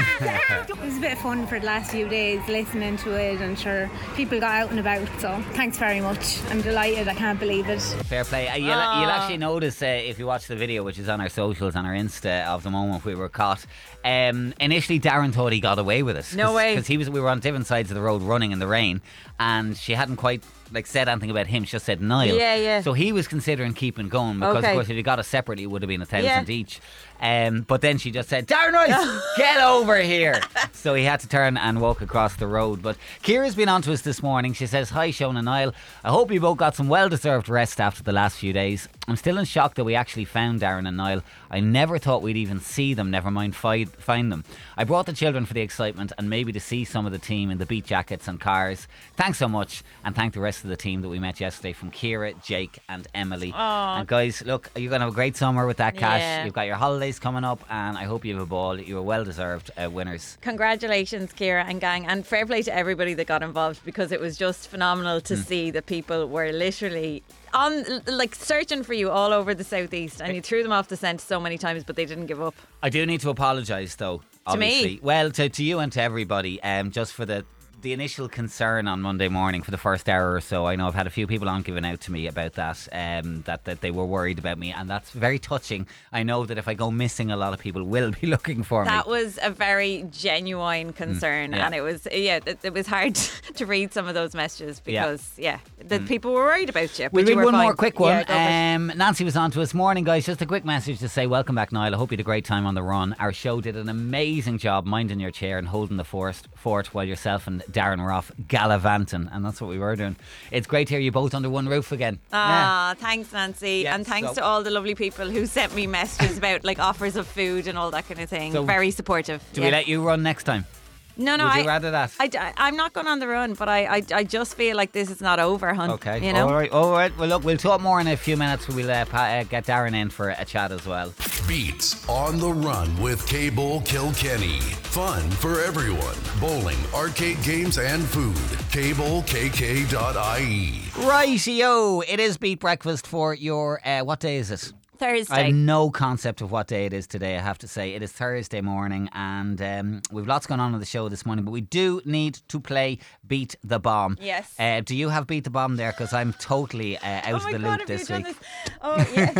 it was a bit of fun for the last few days listening to it and sure people got out and about so thanks very much I'm delighted I can't believe it
Fair play. Uh, you'll,
Ah.
you'll actually notice uh, if you watch the video, which is on our socials, on our Insta, of the moment we were caught. Um, initially, Darren thought he got away with it.
No way.
Because he was, we were on different sides of the road running in the rain, and she hadn't quite like said anything about him. She just said Niall.
Yeah, yeah.
So he was considering keeping going because,
Okay.
of course, if he got us separately, it would have been a
Yeah.
thousand each. Um, but then she just said, "Darren Rice, get over here." So he had to turn and walk across the road. But Kira's been on to us this morning. She says, "Hi, Sean and Niall. I hope you both got some well-deserved rest after the last few days. I'm still in shock that we actually found Darren and Niall. I never thought we'd even see them. Never mind find find them. I brought the children for the excitement and maybe to see some of the team in the beat jackets and cars. Thanks so much, and thank the rest of the team that we met yesterday from Kira, Jake, and Emily.
Aw.
And guys, look, you're gonna have a great summer with that cash.
Yeah.
You've got your holidays coming up, and I hope you have a ball. You are well deserved uh, winners.
Congratulations, Kira and gang, and fair play to everybody that got involved because it was just phenomenal to see that people were literally on, like, searching for you all over the southeast, and you threw them off the scent so many times, but they didn't give up.
I do need to apologise, though.
To me?
Obviously. Well, to, to you and to everybody, um, just for the the initial concern on Monday morning for the first hour or so. I know I've had a few people on giving out to me about that, um, that that they were worried about me, and that's very touching. I know that if I go missing, a lot of people will be looking for me.
That was a very genuine concern,
Mm, yeah.
and it was yeah, it, it was hard to read some of those messages
Yeah.
because yeah, the
Mm.
people were worried about you.
we
but you
read
were
one
fine.
more quick one.
Yeah, go for it.
um, Nancy was on to us. Morning, guys. Just a quick message to say, welcome back, Niall. I hope you had a great time on the run. Our show did an amazing job minding your chair and holding the forest fort while yourself and Darren were off gallivanting. And that's what we were doing. It's great to hear you both under one roof again.
Ah, thanks, Nancy, and thanks
so-
to all the lovely people who sent me messages about like offers of food and all that kind of thing.
So-
Very supportive.
Do
yeah.
we let you run next time?
No, no,
Would
I,
you rather that?
I, am not going on the run, but I, I, I just feel like this is not over, hun.
Okay.
Um, You know?
All right. All right. Well, look, we'll talk more in a few minutes. We'll uh, pa- uh, get Darren in for a chat as well.
Beats on the run with Cable Kilkenny. Fun for everyone. Bowling, arcade games, and food. CableKK.ie.
Rightio, it is Beat Breakfast for your. Uh, what day is it?
Thursday.
I have no concept of what day it is today, I have to say. It is Thursday morning, and um, we've lots going on on the show this morning, but we do need to play Beat the Bomb.
Yes.
Uh, do you have Beat the Bomb there? Because I'm totally uh, out
Oh
of
my
the
God,
loop
have you
this
done
week.
this? Oh, yeah.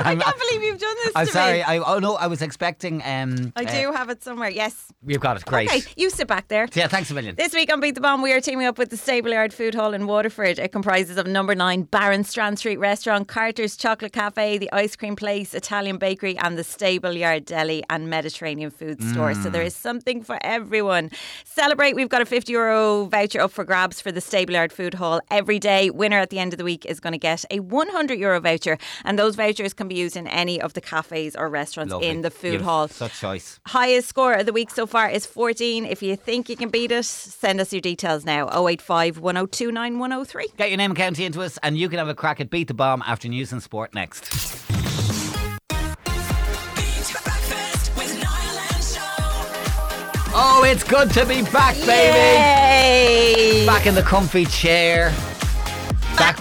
I
I'm-
can't believe you've done this
I'm
to
sorry.
me.
I, oh, no, I was expecting. Um,
I
uh,
do have it somewhere. Yes.
You've got it. Great.
Okay, you sit back there.
Yeah, thanks a million.
This week on Beat the Bomb, we are teaming up with the Stableyard Food Hall in Waterford. It comprises of number nine Barron Strand Street Restaurant, Carter's Chocolate Cafe, the Ice Cream Place, Italian Bakery, and the Stableyard Deli and Mediterranean Food Store. So
Mm.
there is something for everyone. Celebrate, we've got a 50 euro voucher up for grabs for the Stableyard Food Hall every day. Winner at the end of the week is going to get a 100 euro voucher, and those vouchers can be used in any of the cafes or restaurants
Lovely.
in the food
You've
hall.
Such choice.
Highest score of the week so far is 14. If you think you can beat it, send us your details now 085 102 9103.
Get your name and county into us, and you can have a crack at Beat the Bomb after news and sport next. Oh, it's good to be back, baby!
Yay!
Back in the comfy chair. Back,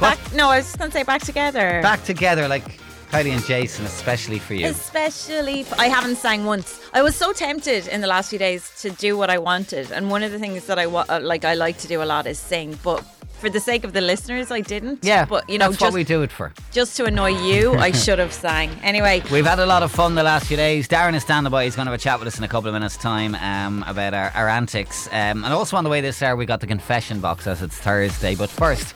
Back, no, I was just going to say back together.
back together, like Kylie and Jason, especially for you.
Especially, I haven't sang once. I was so tempted in the last few days to do what I wanted, and one of the things that I wa- uh, like, I like to do a lot is sing. But for the sake of the listeners, I didn't.
Yeah,
but you know,
that's
just
what we do it for.
just to annoy you, I should have sang anyway.
We've had a lot of fun the last few days. Darren is standing by. He's going to have a chat with us in a couple of minutes' time um, about our, our antics. Um, and also on the way this hour, we got the confession box as it's Thursday. But first,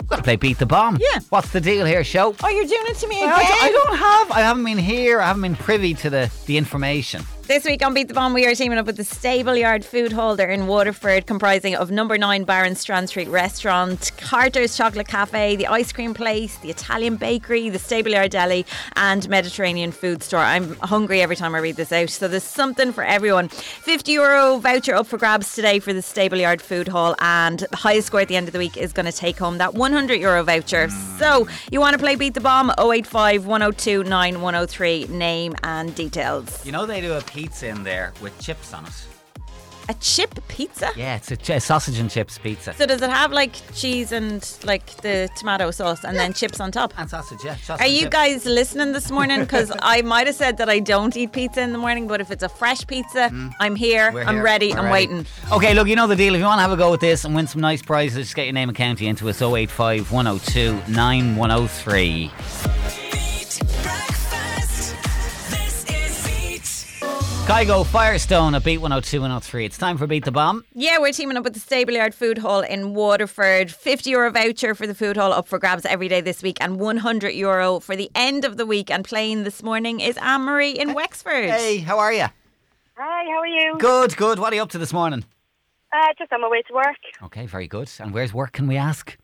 we've got to play Beat the Bomb.
Yeah.
What's the deal here, show?
Oh, you're doing it to me
Well,
again.
I, don't- I don't have. I haven't been here. I haven't been privy to the, the information.
This week on Beat the Bomb, we are teaming up with the Stable Yard Food Holder in Waterford, comprising of Number 9 Baron Strand Street Restaurant, Carter's Chocolate Cafe, the Ice Cream Place, the Italian Bakery, the Stable Yard Deli, and Mediterranean Food Store. I'm hungry every time I read this out, so there's something for everyone. 50 euro voucher up for grabs today for the Stable Yard Food Hall, and the highest score at the end of the week is going to take home that 100 euro voucher. So you want to play Beat the Bomb? 085 102 9103, name and details.
You know they do a pizza in there with chips on it.
A chip pizza?
Yeah, it's a, ch- a sausage and chips pizza.
So does it have like cheese and like the tomato sauce and then chips on top?
And sausage, yeah.
Are you guys listening this morning? Because I might have said that I don't eat pizza in the morning, but if it's a fresh pizza, I'm here,
Mm. We're
I'm
here.
ready,
We're
I'm
ready.
waiting.
Okay, look, you know the deal. If you want to have a go with this and win some nice prizes, just get your name and county into us 085 102 9103. Kygo Firestone at Beat 102 103. It's time for Beat the Bomb.
Yeah, we're teaming up with the Stable Yard Food Hall in Waterford. 50 euro voucher for the food hall up for grabs every day this week and 100 euro for the end of the week. And playing this morning is Anne Marie in Wexford.
Hey, how are you?
Hi, how are you?
Good, good. What are you up to this morning?
Uh, just on my way to work.
Okay, very good. And where's work, can we ask?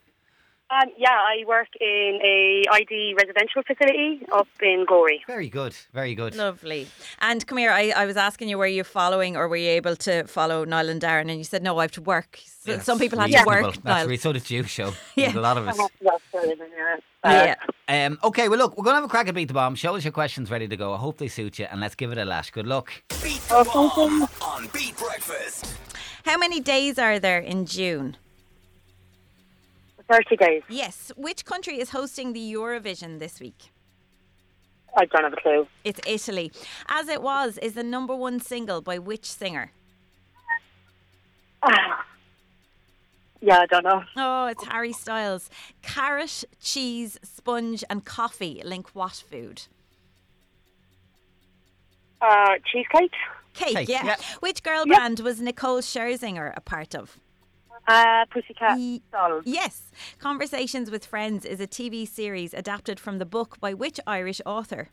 Um, yeah, I work in a ID residential facility up in Gorey.
Very good, very good.
Lovely. And come here, I, I was asking you, were you following or were you able to follow Niall and Darren? And you said, no, I have to work. So
That's
some people had to
reasonable.
work,
That's
Niall.
re- so did you, show.
Yeah.
A lot of us.
Uh,
yeah.
Um, okay, well, look, we're going to have a crack at Beat the Bomb. Show us your questions ready to go. I hope they suit you, and let's give it a lash. Good luck.
Beat the bomb on Beat Breakfast.
How many days are there in June?
30 days.
Yes. Which country is hosting the Eurovision this week?
I don't have a clue.
It's Italy. As it was is the number one single by which singer?
Yeah, I don't know.
Oh, it's Harry Styles. Carrot, cheese, sponge, and coffee link what food?
Uh, cheesecake?
Cake,
Cake,
yeah.
yeah.
Which girl
Yeah.
band was Nicole Scherzinger a part of?
Uh, pussycat dolls.
Yes. Conversations with Friends is a TV series adapted from the book by which Irish author?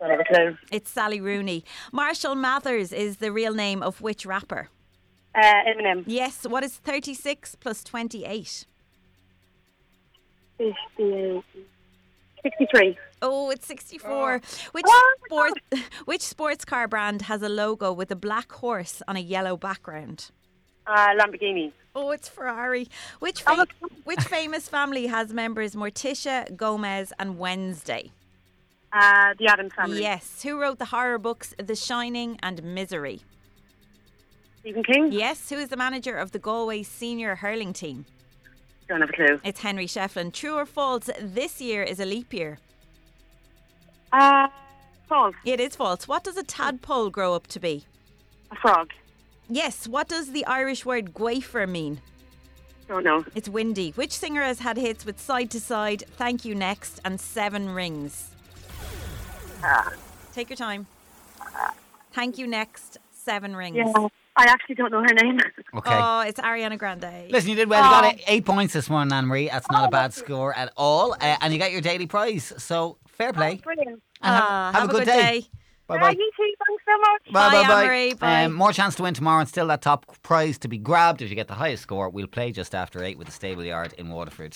Don't have a clue.
It's Sally Rooney. Marshall Mathers is the real name of which rapper?
Uh, Eminem.
Yes. What is 36 plus 28?
58. 63.
Oh, it's 64.
Oh.
Which sport, which sports car brand has a logo with a black horse on a yellow background?
Uh, Lamborghini.
Oh, it's Ferrari. Which fa- which famous family has members Morticia, Gomez, and Wednesday?
Uh, the Adams family.
Yes. Who wrote the horror books The Shining and Misery?
Stephen King?
Yes. Who is the manager of the Galway senior hurling team?
Don't have a clue.
It's Henry Shefflin. True or false? This year is a leap year.
Uh, false.
It is false. What does a tadpole grow up to be?
A frog.
Yes. What does the Irish word gwafer mean?
Don't know.
It's windy. Which singer has had hits with Side to Side, Thank You Next, and Seven Rings?
Uh.
Take your time. Thank You Next, Seven Rings.
Yeah, I actually don't know her name.
Okay.
Oh, it's Ariana Grande.
Listen, you did well. You got eight points this morning, Anne Marie. That's not a bad score at all. Uh, and you got your daily prize. So, fair play.
Brilliant.
And have-
Ah,
have, a good, day. Bye bye.
you too. Thanks so much.
Bye bye
Anne-Marie.
bye. Um, more chance to win tomorrow and still that top prize to be grabbed. If you get the highest score, we'll play just after eight with the stable yard in Waterford.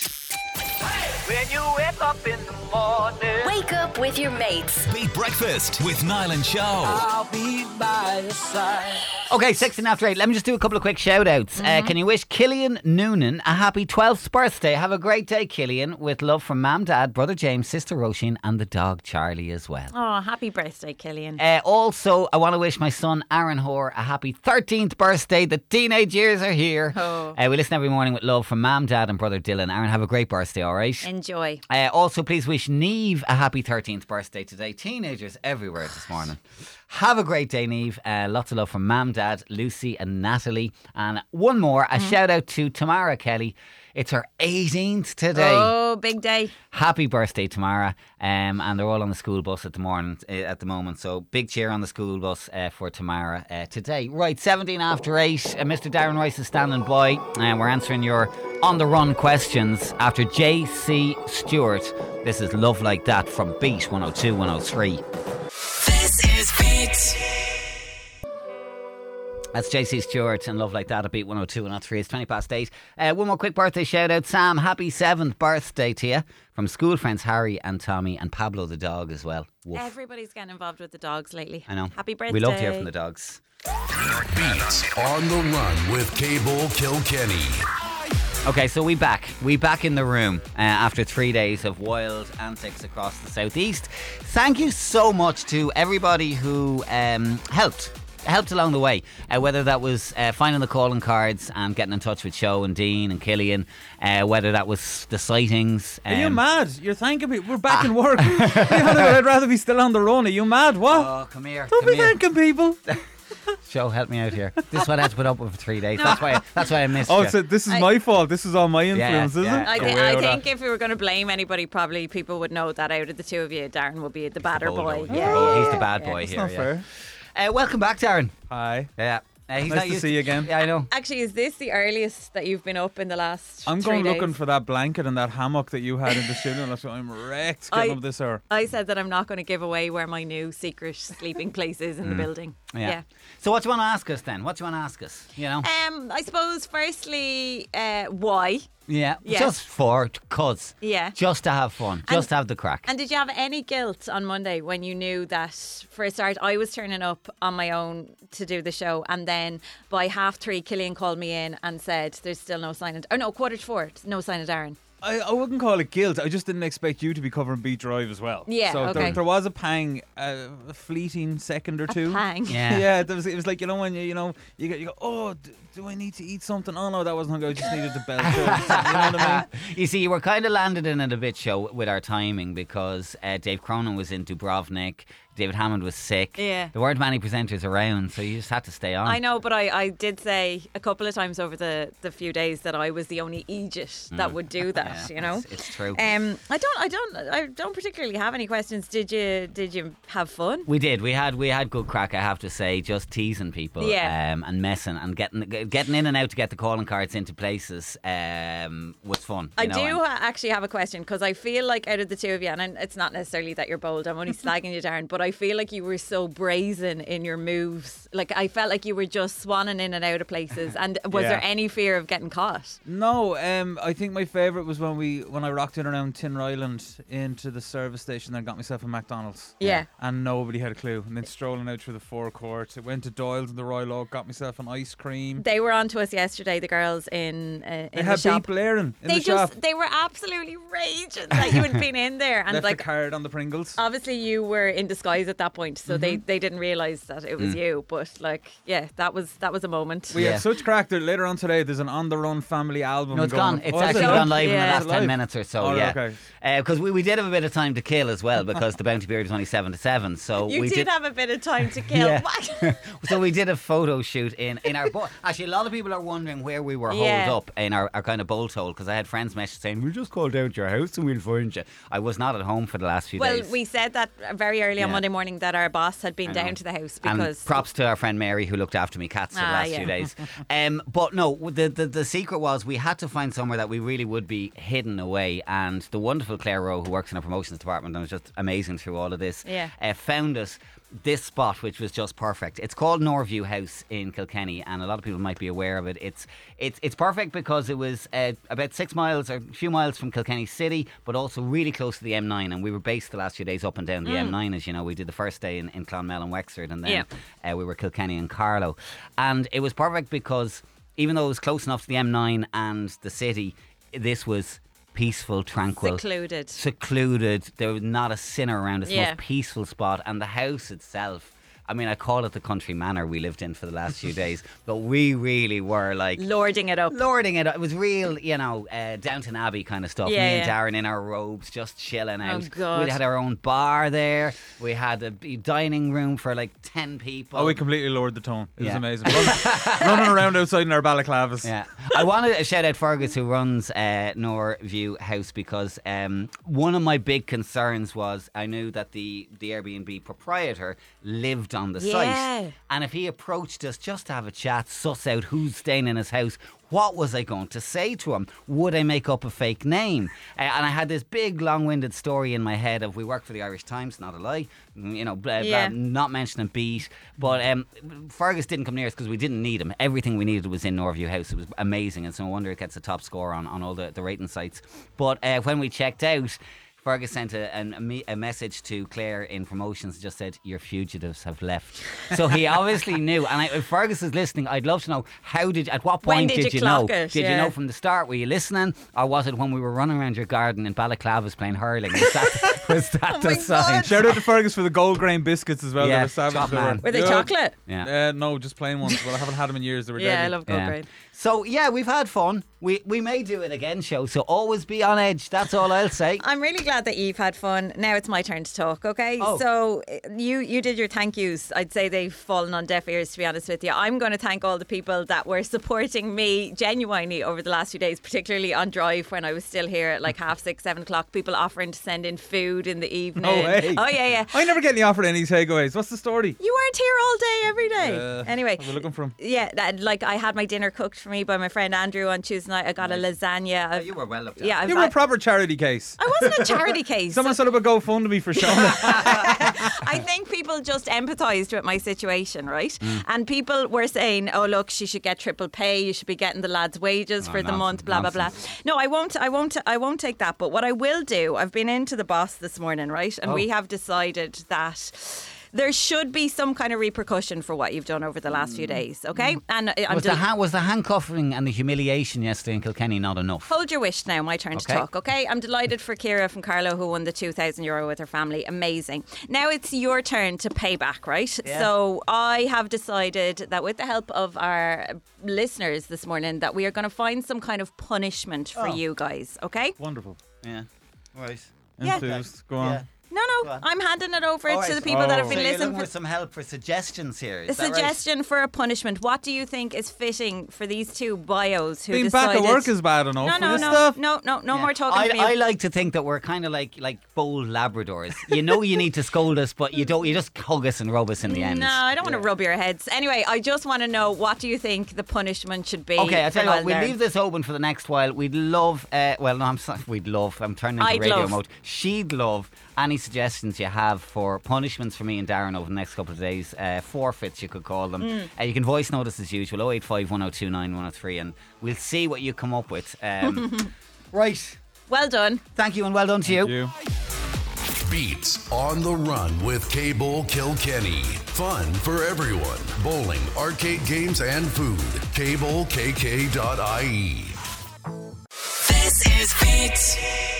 When you wake up in the morning,
Wake up with your mates.
Beat Breakfast with Niall and Show.
I'll be by your side.
Okay, 16 after 8. Let me just do a couple of quick shout outs.
Mm-hmm.
Uh, can you wish Killian Noonan a happy 12th birthday? Have a great day, Killian, with love from Mam, Dad, Brother James, Sister Roisin, and the dog Charlie as well.
Oh, happy birthday, Killian.
Uh, also, I want to wish my son Aaron Hoare a happy 13th birthday. The teenage years are here.
Oh.
Uh, we listen every morning with love from Mam, Dad, and Brother Dylan. Aaron, have a great birthday, all right?
Enjoy.
Uh, also, please wish Neve a happy 13th birthday today. Teenagers everywhere this morning. Have a great day, Neve. Uh, lots of love from Mam, Dad, Lucy, and Natalie. And one more, a shout out to Tamara Kelly. It's her 18th today.
Oh, big day.
Happy birthday, Tamara! Um, and they're all on the school bus at the morning uh, at the moment. So big cheer on the school bus uh, for Tamara uh, today. Right, seventeen after eight. Uh, Mr. Darren Rice is standing by, and we're answering your on the run questions after J.C. Stewart. This oh is love like that from Beat 102, 103.
This is Beat.
That's JC Stewart and Love Like That at Beat 102 and 3. It's 20 past 8. Uh, one more quick birthday shout out. Sam, happy 7th birthday to you from school friends Harry and Tommy and Pablo the dog as well. Woof.
Everybody's getting involved with the dogs lately.
I know.
Happy birthday.
We love to hear from the dogs.
Beats on the run with Cable Kilkenny.
Okay, so we back. We back in the room uh, after three days of wild antics across the southeast. Thank you so much to everybody who um, helped. Helped along the way, uh, whether that was uh, finding the calling cards and getting in touch with Show and Dean and Killian, uh, whether that was the sightings.
Are you
um,
mad? You're thanking me. We're back
Ah.
in work. You know, I'd rather be still on the run. Are you mad? What?
Oh, come here.
Don't
come
be
here.
thanking people.
Show, help me out here. This is what I had to put up with for three days. That's why. That's why I missed.
Oh,
you.
so this is
I-
my fault. This is all my influence, is
yeah.
it?
I, thi-
Don't worry
I
about
think if we were going to blame anybody, probably people would know that out of the two of you, Darren will be the badder boy.
Yeah, he's the bad boy
That's
here.
not
yeah.
fair.
Uh, welcome back, Darren.
Hi.
Yeah. Uh, he's
Nice
not
to
used
see you again.
Yeah, I know.
Actually, is this the earliest that you've been up in the last?
that. I'm going
three days?
looking for that blanket and that hammock that you had in the studio. and I said, I'm wrecked getting
I-
up this hour.
I said that I'm not going to give away where my new secret sleeping place is in the
Mm.
building.
Yeah. So what do you want to ask us then? What do you want to ask us? You know.
Um, I suppose firstly, uh, why?
yeah.
yes.
Just for cause.
Yeah.
Just to have fun. Just to have the crack.
And did you have any guilt on Monday when you knew that, for a start, I was turning up on my own to do the show, and then by half three, Killian called me in and said, "There's still no sign of, oh no, quarter to four, no sign of Darren."
I, I wouldn't call it guilt. I just didn't expect you to be covering Beat Drive as well.
Yeah,
So
okay.
there, there was a pang, uh, a fleeting second or two.
pang.
Yeah.
Yeah.
yeah there was, it was like you know when you you know you go, you go oh d- do I need to eat something? Oh no, that wasn't hungry. I just needed to belch. you know what I mean?
you see, you were kind of landed in at a bit show with our timing because uh, Dave Cronin was in Dubrovnik, David Hammond was sick.
Yeah.
There weren't many presenters around, so you just had to stay on.
I know, but I, I did say a couple of times over the, the few days that I was the only Aegis that
Mm.
would do that.
Yeah,
you know,
it's- it's true.
Um, I don't, I don't, I don't particularly have any questions. Did you, did you have fun?
We did. We had we had good crack. I have to say, just teasing people,
Yeah.
um, and messing and getting g- getting in and out to get the calling cards into places um, was fun. you
I
know,
do
and-
ha- actually have a question because I feel like out of the two of you, and I- it's not necessarily that you're bold, I'm only slagging you, Darren, but I feel like you were so brazen in your moves. Like I felt like you were just swanning in and out of places. And was
Yeah.
there any fear of getting caught?
No, um, I think my favourite was when we when I rocked in around Tin Island into the service station and got myself a McDonald's.
Yeah.
And nobody had a clue. And then strolling out through the forecourt, it went to Doyle's and the Royal Oak, got myself an ice cream.
They were on to us yesterday, the girls in uh, in
They
the
had
shop.
beep blaring in
they
the
just
shop.
they were absolutely raging that you had been in there and
Left
like Oh.
the card on the Pringles.
obviously you were in disguise at that point so they
Mhm.
they didn't realize that it was
Mm.
you but like yeah that was that was a moment
We had such crack that later on today there's an on the run family album.
No, it's
going.
gone. It's
Oh, is it
actually gone live in
Yeah.
the
Is
last
it
ten
live?
minutes or so.
All right,
yeah,
okay.
because we, we did have a bit of time to kill as well because the bounty period is only seven to seven. So
you
we
did,
did.
have a bit of time to kill
Yeah. so we did a photo shoot in in our boat. Actually, a lot of people are wondering where we were holed
Yeah.
up in our, our kind of bolt hole because I had friends message saying we just called down to your house and we'll find you. I was not at home for the last few
well
days.
we said that very early on
Yeah.
monday morning that our boss had
I
been
know.
down to the house because
and props to our friend Mary who looked after me cats for the
Ah,
last
yeah.
few days. Um, but no, the, the the secret was we had to find somewhere that we really would be hidden away. And the wonderful Claire Rowe, who works in our promotions department and is just amazing through all of this,
Yeah.
uh, found us this spot which was just perfect. It's called Norview House in Kilkenny, and a lot of people might be aware of it. It's it's it's perfect because it was uh, about six miles or a few miles from Kilkenny City, but also really close to the M9. And we were based the last few days up and down the
Mm.
M9, as you know. We did the first day in, in Clonmel and Wexford, and then
Yeah.
uh, we were Kilkenny and Carlow. And it was perfect because even though it was close enough to the M9 and the city, this was peaceful, tranquil,
Secluded.
Secluded. There was not a sinner around. It's the
Yeah.
most peaceful spot. And the house itself. I mean, I call it the country manor we lived in for the last few days, but we really were like
lording it up
lording it up. It was real, you know, uh, Downton Abbey kind of stuff.
Yeah,
Me and
yeah.
Darren in our robes, just chilling
Oh,
out.
God.
We had our own bar there. We had a b- dining room for like ten people.
Oh, we completely lowered the tone. It
Um, Yeah.
was amazing. Running, running around outside in our balaclavas.
Yeah. I want to shout out Fergus who runs uh, Norview House because um, one of my big concerns was I knew that the, the Airbnb proprietor lived on the
Yeah.
site. And if he approached us just to have a chat, suss out who's staying in his house, What was I going to say to him? Would I make up a fake name? Uh, and I had this big, long-winded story in my head of we work for the Irish Times, not a lie. Mm, You know, blah, blah,
Yeah.
not mentioning Beat, but um, Fergus didn't come near us because we didn't need him. Everything we needed was in Norview House. It was amazing, and so no wonder it gets a top score on, on all the, the rating sites. But uh, when we checked out, Fergus sent a, an, a, me- a message to Claire in promotions, just said, Your fugitives have left. So he obviously knew. And I, if Fergus is listening, I'd love to know how did, at what
When
point
did you
know?
clock it?
Did you
Yeah.
know from the start? Were you listening? Or was it when we were running around your garden in balaclavas playing hurling? Was that, was
Oh
that the sign?
Shout out to Fergus for the gold grain biscuits as well.
Yeah,
they were savage.
top man. Were they
Good.
chocolate? Yeah.
Uh, no, just plain ones. Well, I haven't had them in years. They were deadly.
Yeah. So yeah, we've had fun. We we may do it again, show. So always be on edge. That's all I'll say.
I'm really glad that you've had fun. Now it's my turn to talk, okay?
Oh.
So uh, you you did your thank yous. I'd say they've fallen on deaf ears to be honest with you. I'm going to thank all the people that were supporting me genuinely over the last few days, particularly on drive when I was still here at like half six, seven o'clock. People offering to send in food in the evening.
No way.
Oh yeah, yeah.
I never get any offered any takeaways. What's the story?
You weren't here all day every day.
Uh,
anyway,
where are we looking from?
Yeah, that, like I had my dinner cooked for me by my friend Andrew on Tuesday night. I got a lasagna. you
were well up.
Yeah, I've-
you were
I-
a proper charity case.
I wasn't a charity case.
Someone set up a GoFundMe for Sean.
I think people just empathised with my situation, right?
Mm.
And people were saying, "Oh, look, she should get triple pay. You should be getting the lads' wages
Oh,
for the
nonsense,
month." Blah blah blah.
nonsense.
No, I won't. I won't. I won't take that. But what I will do, I've been into the boss this morning, right? And
Oh.
we have decided that. There should be some kind of repercussion for what you've done over the last
Mm.
few days, okay? And uh, I- I'm
was, the
del-
ha- was the handcuffing and the humiliation yesterday in Kilkenny not enough?
Hold your wish now, my turn
Okay.
to talk, okay? I'm delighted for Kira from Carlo who won the 2,000 euro with her family. Amazing. Now it's your turn to pay back, right?
Yeah.
So I have decided that with the help of our listeners this morning that we are going to find some kind of punishment for
Oh.
you guys, okay?
Wonderful. Yeah. Right.
Yeah.
Enthused. Go on.
No, no, I'm handing it over to the people that have been
Oh.
listening for
some help for suggestions here.
a suggestion for a punishment. What do you think is fitting for these two bios who
Being back at
decided...
work is bad enough
No,
for
no,
this
no,
stuff.
no, no, no more talking
I,
to me.
I like to think that we're kind of like like bold Labradors. You know you need to scold us, but you don't. You just hug us and rub us in the end.
No, I don't want to rub your heads. Anyway, I just want to know what do you think the punishment should be?
Okay, I
for
tell you what, we
Wilder?
leave this open for the next while. We'd love, uh, well, no, I'm sorry, we'd love. I'm turning into
I'd
radio
love.
mode. She'd love any suggestions you have for punishments for me and Darren over the next couple of days. Uh, forfeits, you could call them.
Mm.
Uh, you can voice notice as usual 085 1029 103, and we'll see what you come up with. Um, right.
Well done.
Thank you, and well done to you.
Beats on the run with Cable Kilkenny. Fun for everyone. Bowling, arcade games, and food. CableKK.ie.
This is Beat.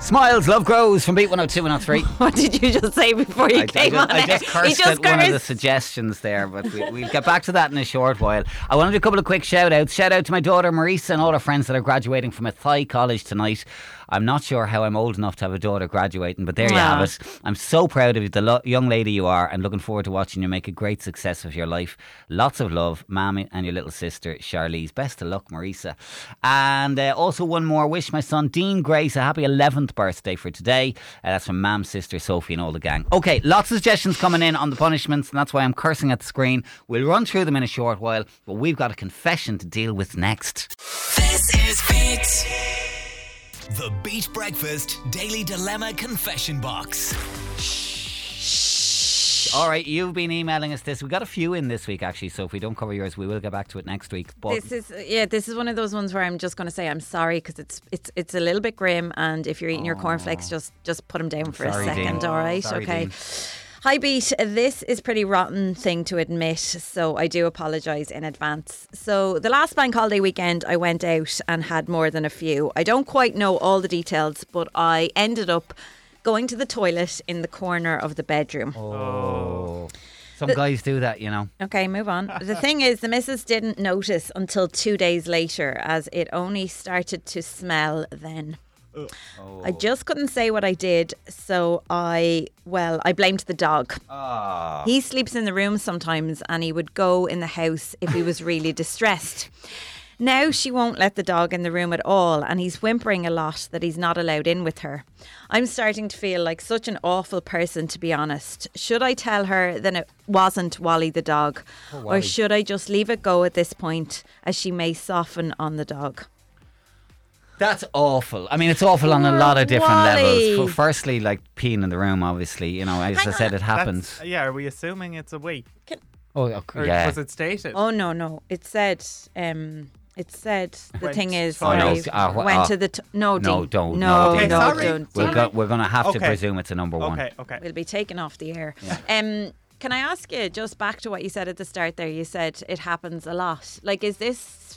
Smiles, love grows from Beat 102 103.
What did you just say before you
I,
came
I
on?
just, I just
air?
cursed
He just
at one of the
cursed.
suggestions there, but we, we'll get back to that in a short while. I want to do a couple of quick shout outs. Shout out to my daughter Marisa and all her friends that are graduating from a Thai college tonight. I'm not sure how I'm old enough to have a daughter graduating, but there you have
Aw.
it. I'm so proud of you, the lo- young lady you are, and looking forward to watching you make a great success of your life. Lots of love, Mammy and your little sister, Charlize. Best of luck, Marisa. And uh, also, one more wish my son, Dean Grace, a happy 11th birthday for today. Uh, that's from Mam's sister, Sophie, and all the gang. Okay, lots of suggestions coming in on the punishments, and that's why I'm cursing at the screen. We'll run through them in a short while, but we've got a confession to deal with next.
This is Beat.
The Beat Breakfast Daily Dilemma Confession Box.
All right, you've been emailing us this. We got a few in this week, actually. So if we don't cover yours, we will get back to it next week. But
This is yeah. This is one of those ones where I'm just going to say I'm sorry because it's it's it's a little bit grim. And if you're eating your cornflakes, just just put them down for
sorry,
a second.
Dean.
All right,
Sorry,
okay.
Dean.
Hi, Beat. This is pretty rotten thing to admit, so I do apologise in advance. So the last bank holiday weekend, I went out and had more than a few. I don't quite know all the details, but I ended up going to the toilet in the corner of the bedroom.
oh, some
The-
guys do that, you know.
Okay, move on. The thing is, the missus didn't notice until two days later, as it only started to smell then. I just couldn't say what I did, so I, well, I blamed the dog.
Ah.
He sleeps in the room sometimes, and he would go in the house if he was really distressed. Now she won't let the dog in the room at all, and he's whimpering a lot that he's not allowed in with her. I'm starting to feel like such an awful person, to be honest. Should I tell her that it wasn't Wally the dog,
Poor
or
Oh, Wally.
should I just leave it go at this point, as she may soften on the dog?
That's awful. I mean, it's awful on a
Poor
lot of different levels.
Wally.
F- Firstly, like peeing in the room, obviously. You know, as I said, it happens.
That's- Uh, yeah, are we assuming it's a week?
Oh, okay.
Or
yeah.
was it stated?
Oh no, no. It said um it said the
Went
thing is
Oh, no.
I
Ah, wha-
went
ah.
to the t- no
no,
Dean.
don't.
no
Dean.
no
Sorry.
don't
We'll
Dean.
go, we're going to have to presume it's a number one.
okay.
We'll be taken off the air. Um can I ask you just back to what you said at the start there you said it happens a lot. Like is this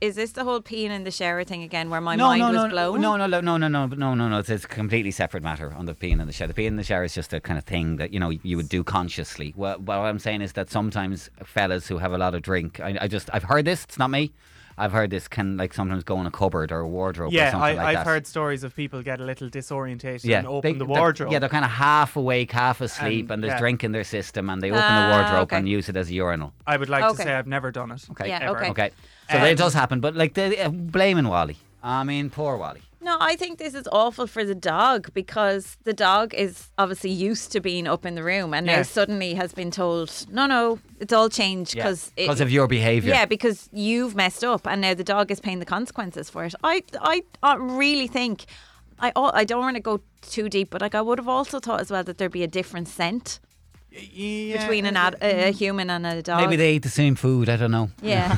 is this the whole peeing in the shower thing again where my mind
no,
was
no,
blown?
No, no, no, no, no, no, no, no, no. It's, it's a completely separate matter on the peeing in the shower. The peeing in the shower is just a kind of thing that you know you would do consciously. Well, what I'm saying is that sometimes fellas who have a lot of drink, I, I just I've heard this. It's not me. I've heard this can like sometimes go in a cupboard or a wardrobe. or
yeah,
something
I,
like
I've
that.
heard stories of people get a little disorientated and open
they-
the
they're-
wardrobe.
yeah, they're kind of half awake, half asleep, and,
And-
there's
yeah.
drink in their system, and they open
Ah,
the wardrobe
okay.
and use it as a urinal.
I would like
Okay.
to say I've never done it.
Okay.
Yeah,
ever.
okay.
Okay. So
Um,
it does happen, but like they, uh, blaming Wally. I mean, poor Wally.
No, I think this is awful for the dog because the dog is obviously used to being up in the room and now
Yeah.
suddenly has been told, no, no, it's all changed
Yeah,
because
'cause of your behaviour.
Yeah, because you've messed up and now the dog is paying the consequences for it. I, I, I really think. I, al- I don't want to go too deep, but like I would have also thought as well that there'd be a different scent between an ad, a, a human and a dog.
Maybe they eat the same food. I don't know.
Yeah,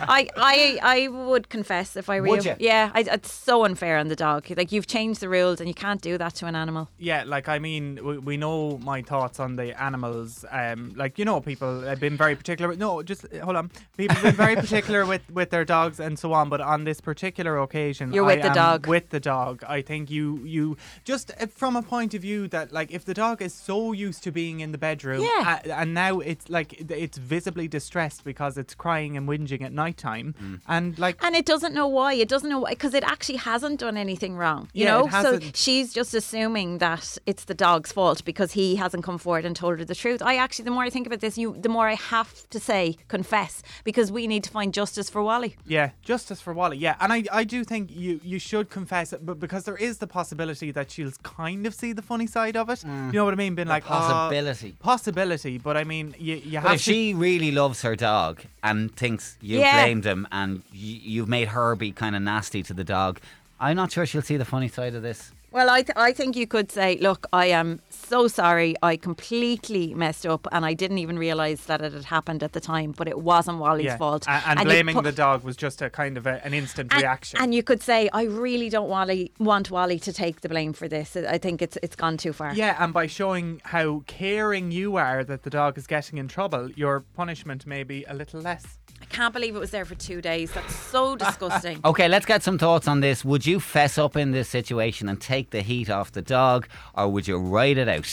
I, I I would confess if I were
Would
you.
you?
Yeah, I, it's so unfair on the dog. Like you've changed the rules and you can't do that to an animal.
Yeah, like I mean, we, we know my thoughts on the animals. Um, like you know, people have been very particular. With, no, just uh, hold on. People have been very particular with with their dogs and so on. But on this particular occasion,
You're with
I
the
am
dog.
With the dog, I think you you just uh, from a point of view that like if the dog is so used to being in the bedroom,
Yeah.
uh, and now it's like th- it's visibly distressed because it's crying and whinging at nighttime, and like
And it doesn't know why. It doesn't know why because it actually hasn't done anything wrong. You
Yeah, it
know, so
hasn't.
she's just assuming that it's the dog's fault because he hasn't come forward and told her the truth. I actually, the more I think about this, you the more I have to say confess because we need to find justice for Wally.
Yeah, justice for Wally. Yeah, and I, I do think you, you should confess it, but because there is the possibility that she'll kind of see the funny side of it. You know what I mean? Being like "Oh,"
possibility.
possibility, but I mean, you you
But
have
if
to.
she really loves her dog and thinks you
Yeah.
blamed him and y- you've made her be kind of nasty to the dog, I'm not sure she'll see the funny side of this.
Well, I, th- I think you could say, look, I am so sorry. I completely messed up and I didn't even realise that it had happened at the time, but it wasn't Wally's
yeah.
fault.
A- And,
you
blaming
put-
the dog was just a kind of a, an instant reaction.
And you could say, I really don't Wally, want Wally to take the blame for this. I think it's it's gone too far.
yeah, and by showing how caring you are that the dog is getting in trouble, your punishment may be a little less.
I can't believe it was there for two days. That's so disgusting.
Oh.
Okay, let's get some thoughts on this. Would you fess up in this situation and take the heat off the dog, or would you ride it out?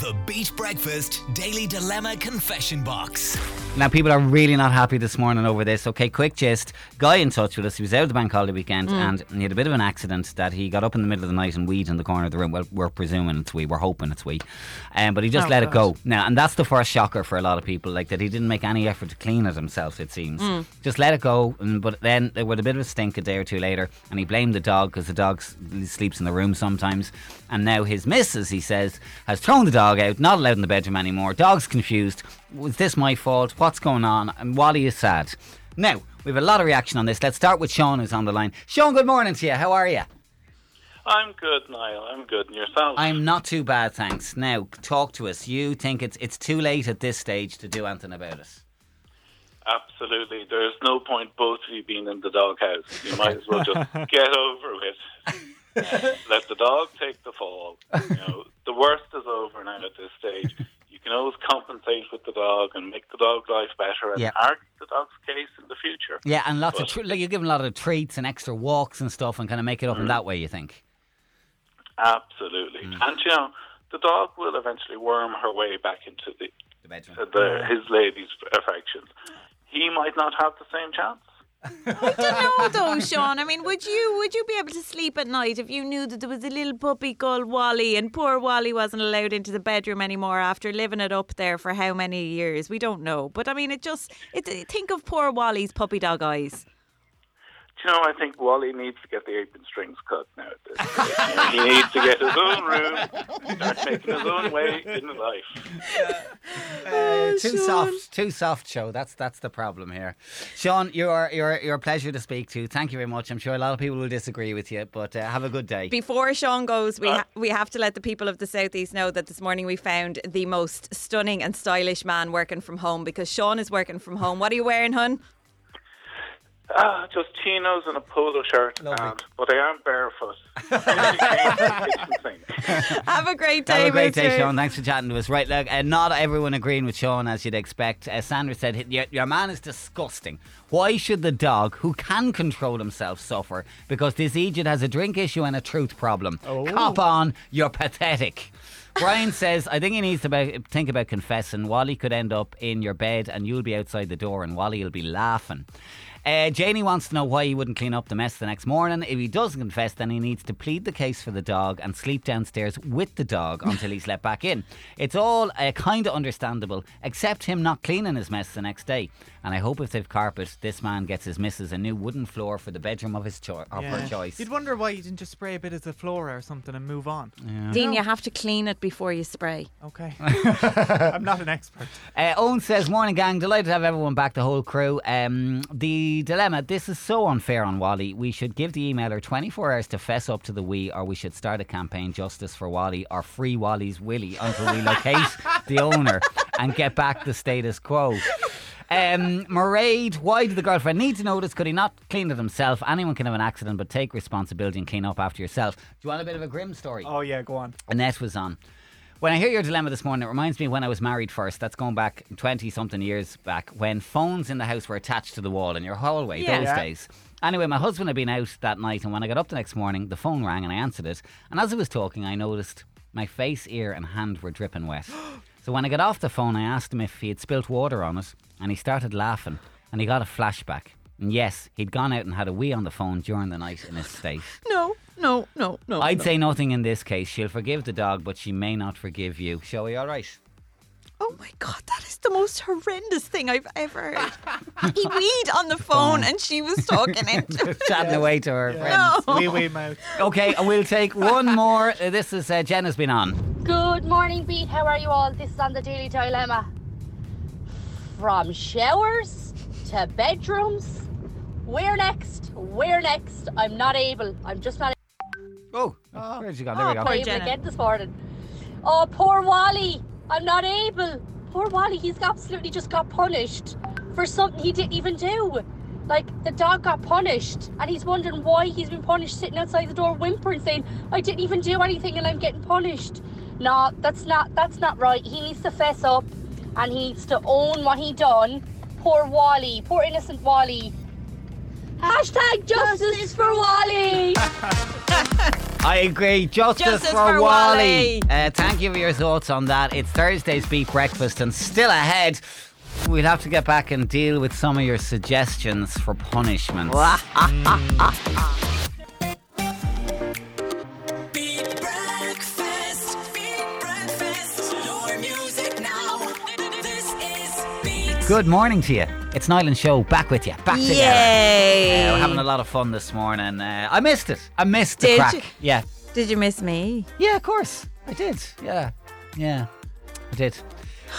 The Beat Breakfast Daily Dilemma Confession Box.
Now, people are really not happy this morning over this. Okay, quick gist. Guy in touch with us. He was out of the bank holiday weekend
Mm.
and he had a bit of an accident that he got up in the middle of the night and weed in the corner of the room. Well, we're presuming it's we. We're hoping it's we. Um, but he just
Oh,
let it
God.
go. Now, and that's the first shocker for a lot of people, like that he didn't make any effort to clean it himself, it seems.
Mm.
Just let it go. And, but then there was a bit of a stink a day or two later and he blamed the dog because the dog s- sleeps in the room sometimes. And now his missus, he says, has thrown the dog out, not allowed in the bedroom anymore. Dog's confused. Was this my fault? What's going on? And Wally is sad. Now, we have a lot of reaction on this. Let's start with Sean, who's on the line. Sean, good morning to you. How are you?
I'm good, Niall. I'm good. And yourself?
I'm not too bad, thanks. Now, talk to us. You think it's it's too late at this stage to do anything about it?
Absolutely. There's no point both of you being in the doghouse. You might as well just get over it. Let the dog take the fall. You know, the worst is over now at this stage. You can always compensate with the dog and make the dog's life better and
Yeah.
argue the dog's case in the future.
Yeah, and lots of
But-
tr- like you give them a lot of treats and extra walks and stuff, and kind of make it up
Mm.
in that way. You think?
Absolutely. And you know, the dog will eventually worm her way back into the,
the bedroom.
The, his lady's affections. He might not have the same chance.
I don't know though, Sean. I mean, would you would you be able to sleep at night if you knew that there was a little puppy called Wally and poor Wally wasn't allowed into the bedroom anymore after living it up there for how many years? We don't know. But I mean, it just it, think of poor Wally's puppy dog eyes.
you know, I think Wally needs to get the apron strings cut now. At this stage. You know, he needs to get his own room, start making his own way in life.
Uh, too soft, too soft show. That's that's the problem here. Sean, you're you're you're a pleasure to speak to. Thank you very much. I'm sure a lot of people will disagree with you, but uh, have a good day.
Before Sean goes, we ha- we have to let the people of the southeast know that this morning we found the most stunning and stylish man working from home because Sean is working from home. What are you wearing, hun?
Ah, just chinos and a polo shirt, and, but I am barefoot.
Have a great day,
Have a great day,
Richard.
Sean. Thanks for chatting to us. Right, look, uh, not everyone agreeing with Sean as you'd expect. Uh, Sandra said, your, your man is disgusting. Why should the dog, who can control himself, suffer? Because this Egypt has a drink issue and a truth problem.
Oh.
Cop on, you're pathetic. Brian says, I think he needs to about, think about confessing. Wally could end up in your bed and you'll be outside the door and Wally will be laughing. Uh, Janie wants to know why he wouldn't clean up the mess the next morning. If he doesn't confess, then he needs to plead the case for the dog and sleep downstairs with the dog until he's let back in. It's all uh, kind of understandable, except him not cleaning his mess the next day. And I hope if they've carpet, this man gets his missus a new wooden floor for the bedroom of his cho- of her choice.
You'd wonder why you didn't just spray a bit of the flora or something and move on.
Yeah.
Dean, you have to clean it before you spray.
Okay. I'm not an expert.
Uh, Owen says, Morning, gang. Delighted to have everyone back, the whole crew. Um, the dilemma this is so unfair on Wally. We should give the emailer 24 hours to fess up to the we, or we should start a campaign justice for Wally or free Wally's Willy until we locate the owner and get back the status quo. Um, Mairead, why did the girlfriend need to notice? Could he not clean it himself? Anyone can have an accident, but take responsibility and clean up after yourself. Do you want a bit of a grim story?
Oh, yeah, go on.
Annette was on. When I hear your dilemma this morning, it reminds me of when I was married first. That's going back 20 something years back when phones in the house were attached to the wall in your hallway
Yeah.
those
Yeah.
days. Anyway, my husband had been out that night, and when I got up the next morning, the phone rang and I answered it. And as I was talking, I noticed my face, ear, and hand were dripping wet. so when I got off the phone, I asked him if he had spilt water on it, and he started laughing, and he got a flashback. And yes, he'd gone out and had a wee on the phone during the night in his state.
No, no, no, no.
I'd
no.
say nothing in this case. She'll forgive the dog, but she may not forgive you. Shall all right?
Oh my god, that is the most horrendous thing I've ever heard. he weed on the phone and she was talking into it.
Chatting away to her
Yeah.
friends.
No. Wee
wee
mouth.
Okay, we'll take one more. Uh, This is uh, Jen has been on.
Good morning, Pete. How are you all? This is on the Daily Dilemma. From showers to bedrooms, we're next. We're next. I'm not able. I'm just not.
Oh, where'd you go? There
Oh,
we go.
poor able to get this morning. Oh, poor Wally. I'm not able. Poor Wally. He's absolutely just got punished for something he didn't even do. Like the dog got punished, and he's wondering why he's been punished, sitting outside the door whimpering, saying, "I didn't even do anything, and I'm getting punished." No, that's not that's not right. He needs to fess up, and he needs to own what he done. Poor Wally. Poor innocent Wally. Hashtag justice for Wally.
I agree. Justice,
Justice
for,
for
Wally. Uh, thank you for your thoughts on that. It's Thursday's Beat Breakfast, and still ahead, we'll have to get back and deal with some of your suggestions for punishments.
Breakfast, beat breakfast, your music now. This is beat.
Good morning to you. It's Nyland Show back with you. Back together.
Yay.
Uh, we're having a lot of fun this morning. Uh, I missed it. I missed the
Did
crack.
you?
Yeah.
Did you miss me?
Yeah, of course. I did. Yeah. Yeah. I did.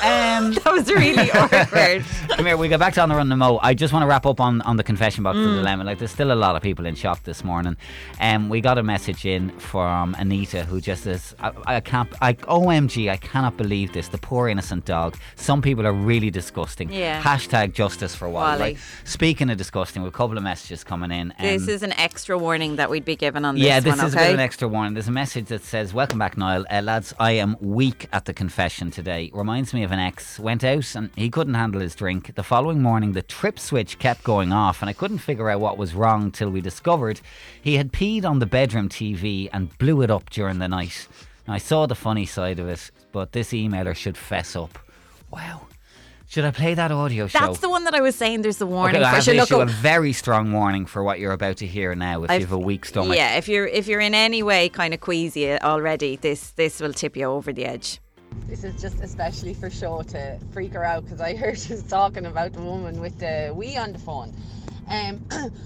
Um,
that was really awkward.
Come here, we go back to on the run in a mo. I just want to wrap up on, on the confession box of
Mm.
the dilemma. Like, there's still a lot of people in shock this morning. Um, we got a message in from Anita who just says, I, I can't, I, OMG, I cannot believe this. The poor innocent dog. Some people are really disgusting.
Yeah.
Hashtag justice for Wally.
Wally.
Like, speaking of disgusting, we've a couple of messages coming in.
this
um,
is an extra warning that we'd be given on this
yeah, this
one,
is a bit
okay?
of an extra warning. There's a message that says, "Welcome back, Niall, uh, lads. I am weak at the confession today. Reminds me of an ex. Went out and he couldn't handle his drink. The following morning, the trip switch kept going off, and I couldn't figure out what was wrong till we discovered he had peed on the bedroom TV and blew it up during the night. Now, I saw the funny side of it, but this emailer should fess up. Wow, should I play that audio show?
That's the one that I was saying there's the warning
Okay, I
for.
have
Should
to
look
issue a
up-
very strong warning for what you're about to hear now. If
I've-
you have a weak stomach,
Yeah, if you're if you're in any way kind of queasy already, this this will tip you over the edge.
This is just especially for show to freak her out because I heard she was talking about the woman with the wee on the phone. Um,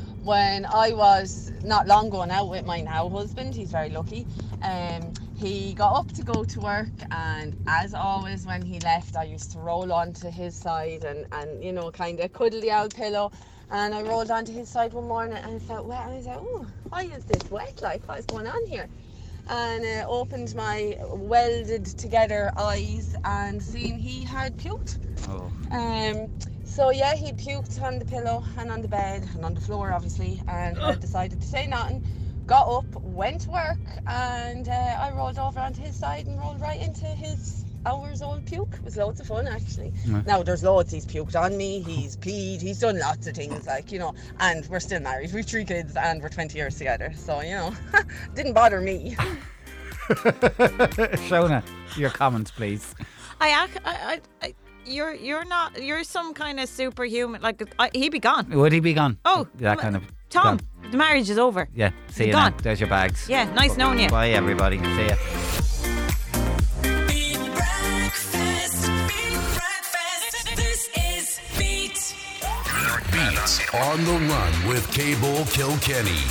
when I was not long going out with my now husband, he's very lucky. Um, he got up to go to work, and as always, when he left, I used to roll onto his side and, and you know, kind of cuddle the old pillow. And I rolled onto his side one morning and it felt wet. And I was like, oh, why is this wet? Like, what's going on here? and uh, opened my welded together eyes and seen he had puked.
Oh.
Um, so yeah, he puked on the pillow and on the bed and on the floor, obviously, and uh, decided to say nothing. Got up, went to work, and uh, I rolled over onto his side and rolled right into his hours-old puke. It was loads of fun, actually.
Right.
Now there's loads. He's puked on me. He's peed. He's done lots of things, like you know. And we're still married. We've three kids, and we're 20 years together. So you know, didn't bother me.
Shona, your comments, please.
I, ac- I, I, I, you're, you're not, you're some kind of superhuman. Like I, he'd be gone.
Would he be gone?
Oh,
that kind of
Tom,
gone.
the marriage is over.
Yeah, see you
Gone.
then. There's your bags.
Yeah, nice knowing you.
Bye, everybody. See ya.
This is Beat.
Beats on the Run with Cable Kilkenny.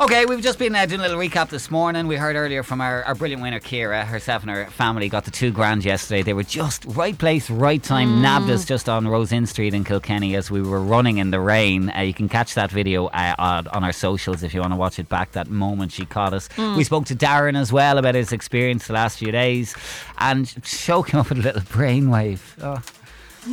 Okay, we've just been uh, doing a little recap this morning. We heard earlier from our, our brilliant winner, Kira. Herself and her family got the two grand yesterday. They were just right place, right time.
Mm.
Nabbed us just on Rose Inn Street in Kilkenny as we were running in the rain. Uh, you can catch that video uh, on, on our socials if you want to watch it back. That moment she caught us.
Mm.
We spoke to Darren as well about his experience the last few days. And Show came up with a little brainwave. Oh.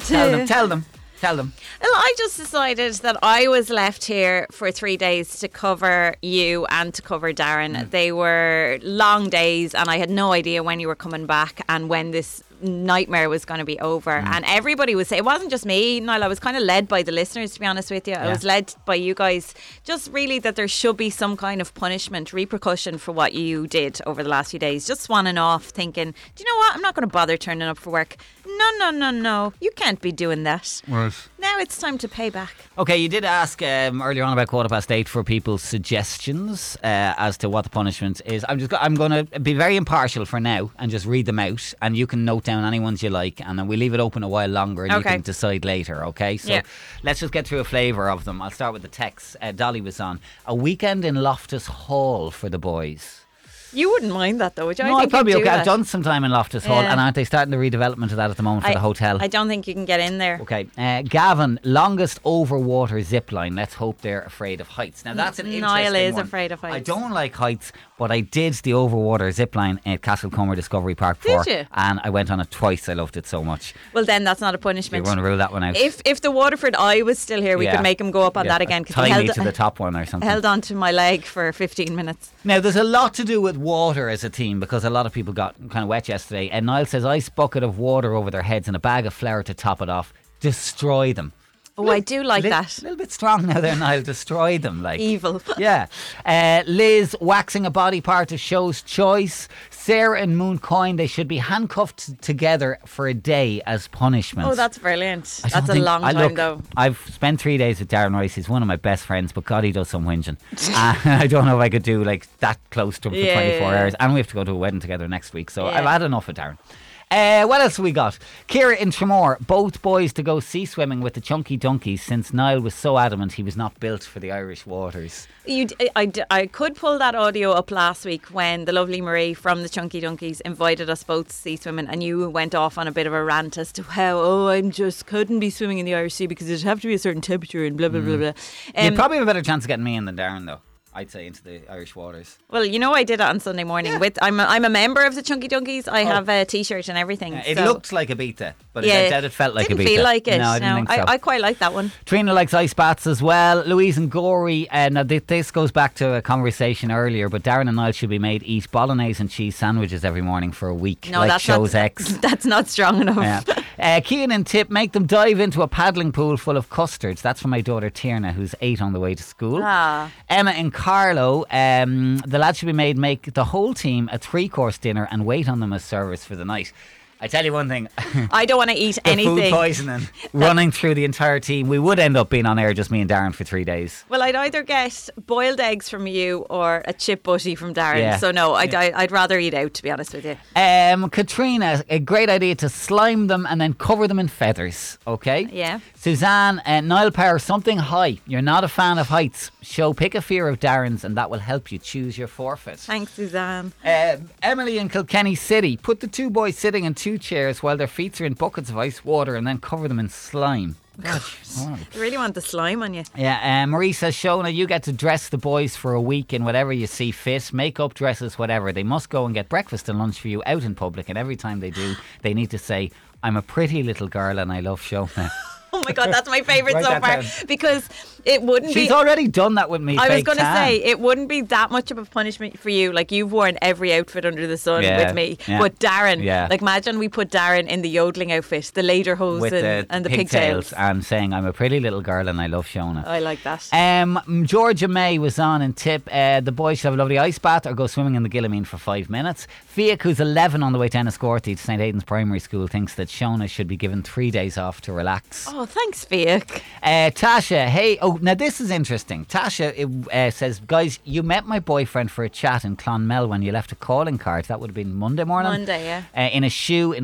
Tell them, tell them, tell them.
Well, I just decided that I was left here for three days to cover you and to cover Darren. They were long days, and I had no idea when you were coming back and when this nightmare was going to be over. And everybody was saying, it wasn't just me, Niall, I was kind of led by the listeners, to be honest with you. I
Yeah.
was led by you guys, just really that there should be some kind of punishment, repercussion for what you did over the last few days. Just swanning off, thinking, do you know what? I'm not going to bother turning up for work. No, no, no, no. You can't be doing that.
Right.
Now it's time to pay back.
Okay, you did ask um, earlier on about quarter past eight for people's suggestions uh, as to what the punishment is. I'm just go- I'm going to be very impartial for now and just read them out, and you can note down any ones you like, and then we leave it open a while longer, and
Okay.
you can decide later. Okay, so
Yeah.
let's just get through a flavour of them. I'll start with the text. Uh, Dolly was on a weekend in Loftus Hall for the boys.
You wouldn't mind that though, would you?
no,
I
I'd
think
probably
you'd
okay.
do
I've
that.
done some time in Loftus Hall,
Yeah.
and aren't they starting the redevelopment of that at the moment for
I-
the hotel?
I don't think you can get in there.
Okay, uh, Gavin, longest over water zip line. Let's hope they're afraid of heights. Now that's an
Niall
interesting
is
one.
afraid of heights.
I don't like heights, but I did the overwater zip line at Castlecomer Discovery Park
Did
before,
you?
and I went on it twice. I loved it so much.
Well, then that's not a
We're
punishment.
going to rule that one out.
If if the Waterford Eye was still here, we
Yeah.
could make him go up on
Yeah,
that again because
tie
he
me
held,
to the top one or something.
held on to my leg for 15 minutes.
Now, there's a lot to do with water as a team because a lot of people got kind of wet yesterday. And Niall says, ice bucket of water over their heads and a bag of flour to top it off. Destroy them.
Oh, I do like that. A
little bit strong now, there, Niall. Destroy them. like
Evil.
Yeah. Uh, Liz waxing a body part to show's choice. Sarah and Moon Coin, they should be handcuffed together for a day as punishment.
Oh, that's brilliant.
I don't
That's a
think-
long
I
time
look,
though.
I've spent three days with Darren Rice. He's one of my best friends, but God, he does some whinging. And I don't know if I could do like that close to him
Yeah,
for 24
yeah, yeah.
hours. And we have to go to a wedding together next week, so
Yeah.
I've had enough of Darren. Uh, what else we got? Kira in Tremor, both boys to go sea swimming with the Chunky Donkeys since Niall was so adamant he was not built for the Irish waters.
You, d- I, d- I could pull that audio up last week when the lovely Marie from the Chunky Donkeys invited us both to sea swimming, and you went off on a bit of a rant as to how oh I'm just couldn't be swimming in the Irish Sea because it'd have to be a certain temperature and blah blah
Mm.
blah blah.
you
Um,
probably have a better chance of getting me in than Darren, though. I'd say into the Irish waters.
Well, you know, I did it on Sunday morning. With I'm a, I'm a member of the Chunky Donkeys. I have a T-shirt and everything.
Oh. Yeah, Uh, It
so-
looked like a beta, but I doubt it felt like
didn't
a beta.
feel like it.
No, I didn't think so.
I, I quite like that one.
Trina likes ice baths as well. Louise and Gory, and uh, now thi- this goes back to a conversation earlier, but Darren and I should be made eat bolognese and cheese sandwiches every morning for a week,
No,
like
that's
shows
not,
X.
That's not strong enough.
Yeah. Uh, Kean and Tip make them dive into a paddling pool full of custards. That's for my daughter Tierna, who's eight on the way to school.
Ah.
Emma and Carlo, um, the lads should be made make the whole team a three course dinner and wait on them as service for the night. I tell you one thing.
I don't want to eat
the
anything.
food poisoning running through the entire team. We would end up being on air just me and Darren for three days.
Well, I'd either get boiled eggs from you or a chip butty from Darren.
Yeah.
So no, I'd, I'd rather eat out. To be honest with you,
Um, Katrina, a great idea to slime them and then cover them in feathers. Okay.
Yeah.
Suzanne, uh, Niall Power, something high. You're not a fan of heights. Show pick a fear of Darren's, and that will help you choose your forfeit.
thanks, Suzanne.
Um, Emily in Kilkenny City, put the two boys sitting in two chairs while their feet are in buckets of ice water, and then cover them in slime. Oh.
I really want the slime on you.
Yeah, uh, Marie says, Shona, you get to dress the boys for a week in whatever you see fit, makeup, dresses, whatever. They must go and get breakfast and lunch for you out in public, and every time they do, they need to say, I'm a pretty little girl and I love Shona.
Oh my god, that's my favorite
Write
so
that
far
down.
because it wouldn't be.
She's already done that with me.
I was
fake
going to
tan.
say it wouldn't be that much of a punishment for you. Like you've worn every outfit under the sun
Yeah,
with me,
yeah,
but Darren,
yeah.
like imagine we put Darren in the yodeling outfit, the lederhosen,
With the
and the
pigtails,
pigtails.
I'm saying I'm a pretty little girl and I love Shona.
I like that.
Um, Georgia May was on in tip. Uh, the boys should have a lovely ice bath or go swimming in the Gillamine for five minutes. Fiac, who's 11 on the way to Enniscorthy to St. Aidan's Primary School, thinks that Shona should be given three days off to relax.
Oh, thanks, Fiac.
Uh, Tasha, hey, oh, now this is interesting. Tasha it, uh, says, guys, you met my boyfriend for a chat in Clonmel when you left a calling card. That would have been Monday morning.
Monday, yeah.
Uh, in a shoe in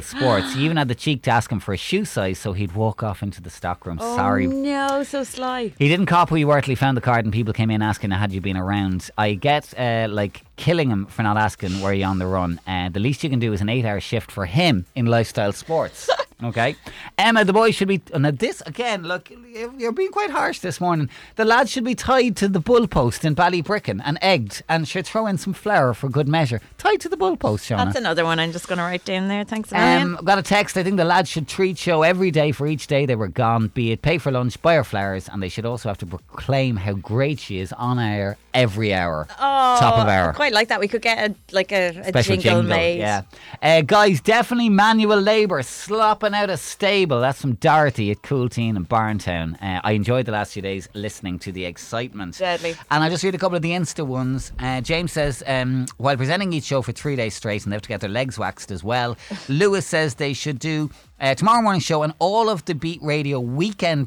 Sports. you even had the cheek to ask him for a shoe size so he'd walk off into the stockroom.
Oh,
Sorry,
no, so sly.
he didn't cop who you were till he found the card and people came in asking had you been around. I get uh, like killing him for not asking were you on the run. Uh, the least you can do is an eight hour shift for him in lifestyle sports. okay. Emma, the boys should be. oh, Now, this again, look, you're being quite harsh this morning. The lads should be tied to the bull post in Ballybricken and egged and should throw in some flour for good measure. Tied to the bull post, Shona.
That's another one I'm just going to write down there. Thanks, Ryan.
Um, I've got a text. I think the lads should treat show every day for each day they were gone, be it pay for lunch, buy her flowers, and they should also have to proclaim how great she is on air every hour. top of
I
hour.
quite like that. We could get a like a, a
Special
jingle, made.
Yeah. Uh, guys, definitely manual labour, slopping out a stable. That's from Dorothy at Cool Teen in Barntown. Uh, I enjoyed the last few days listening to the excitement.
Deadly.
And I just read a couple of the Insta ones. Uh, James says, um, while presenting each show for three days straight, and they have to get their legs waxed as well. Lewis says they should do uh, tomorrow morning show and all of the Beat Radio weekend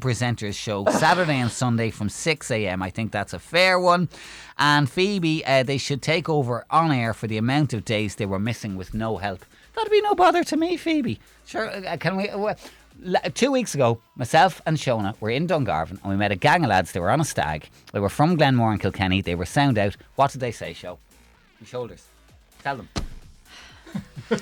presenters show Saturday and Sunday from 6 a.m. I think that's a fair one. And Phoebe, uh, they should take over on air for the amount of days they were missing with no help. That'd be no bother to me, Phoebe. Sure, uh, can we? Uh, l- two weeks ago, myself and Shona were in Dungarvan and we met a gang of lads. They were on a stag. They were from Glenmore and Kilkenny. They were sound out. What did they say, Show? Your shoulders. Tell them. Tell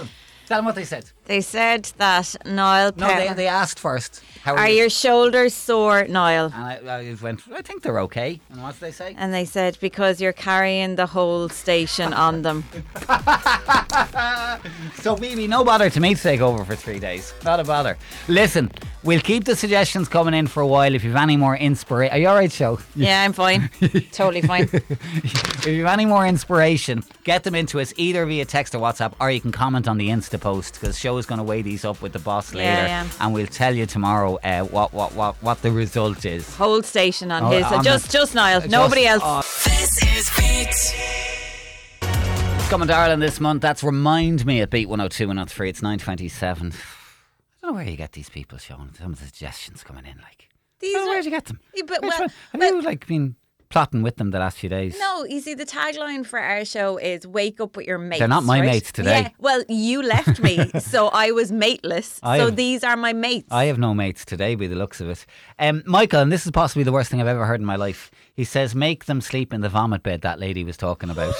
them. Tell them what they said.
They said that Niall.
No, they, they asked first. How
Are,
are, you?
your shoulders sore, Niall?
And I, I went, I think they're okay. And what did they say?
And they said because you're carrying the whole station on them.
So, Phoebe, no bother to me to take over for three days. Not a bother. Listen, we'll keep the suggestions coming in for a while. If you've any more inspiration, are you all right, Show?
yeah, I'm fine. totally fine.
if you have any more inspiration, get them into us either via text or WhatsApp, or you can comment on the Insta post because show is going to weigh these up with the boss later,
yeah.
and we'll tell you tomorrow uh, what, what what what the result is.
Whole station on
Oh,
his.
on
just,
the-
just Niall. Nobody else.
Just- Oh,
This is Beat.
It's coming to Ireland this month. That's remind me at Beat 102 and 103. It's 927. I don't know where you get these people, Sean. Some of the suggestions coming in, like
These
where would oh, you get them?
Yeah, but, well,
have you like been plotting with them the last few days?
no, you see, the tagline for our show is "Wake up with your mates."
They're not my
right?
mates today.
Yeah, well, you left me, so I was mateless.
I
so
have-
these are my mates.
I have no mates today, by the looks of it. Um, Michael, and this is possibly the worst thing I've ever heard in my life. He says, "Make them sleep in the vomit bed." That lady was talking about.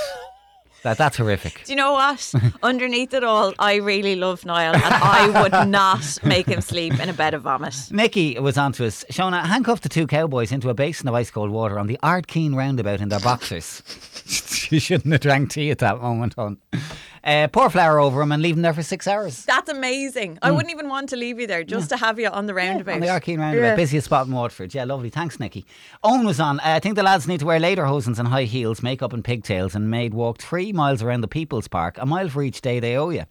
that that's horrific.
Do you know what? Underneath it all, I really love Niall, and I would not make him sleep in a bed of vomit.
Nikki was on to us. Shona handcuffed the two cowboys into a basin of ice cold water on the Ardkeen roundabout in their boxers. she shouldn't have drank tea at that moment. On uh, pour flour over them and leave them there for six hours.
That's amazing.
Hmm.
I wouldn't even want to leave you there just to have you on the roundabout.
On the Arkeen roundabout,
Yeah.
busiest spot in Waterford. Yeah, lovely. Thanks, Nicky. Owen was on. Uh, I think the lads need to wear lederhosens and high heels, makeup and pigtails, and made walk three miles around the People's Park, a mile for each day they owe you.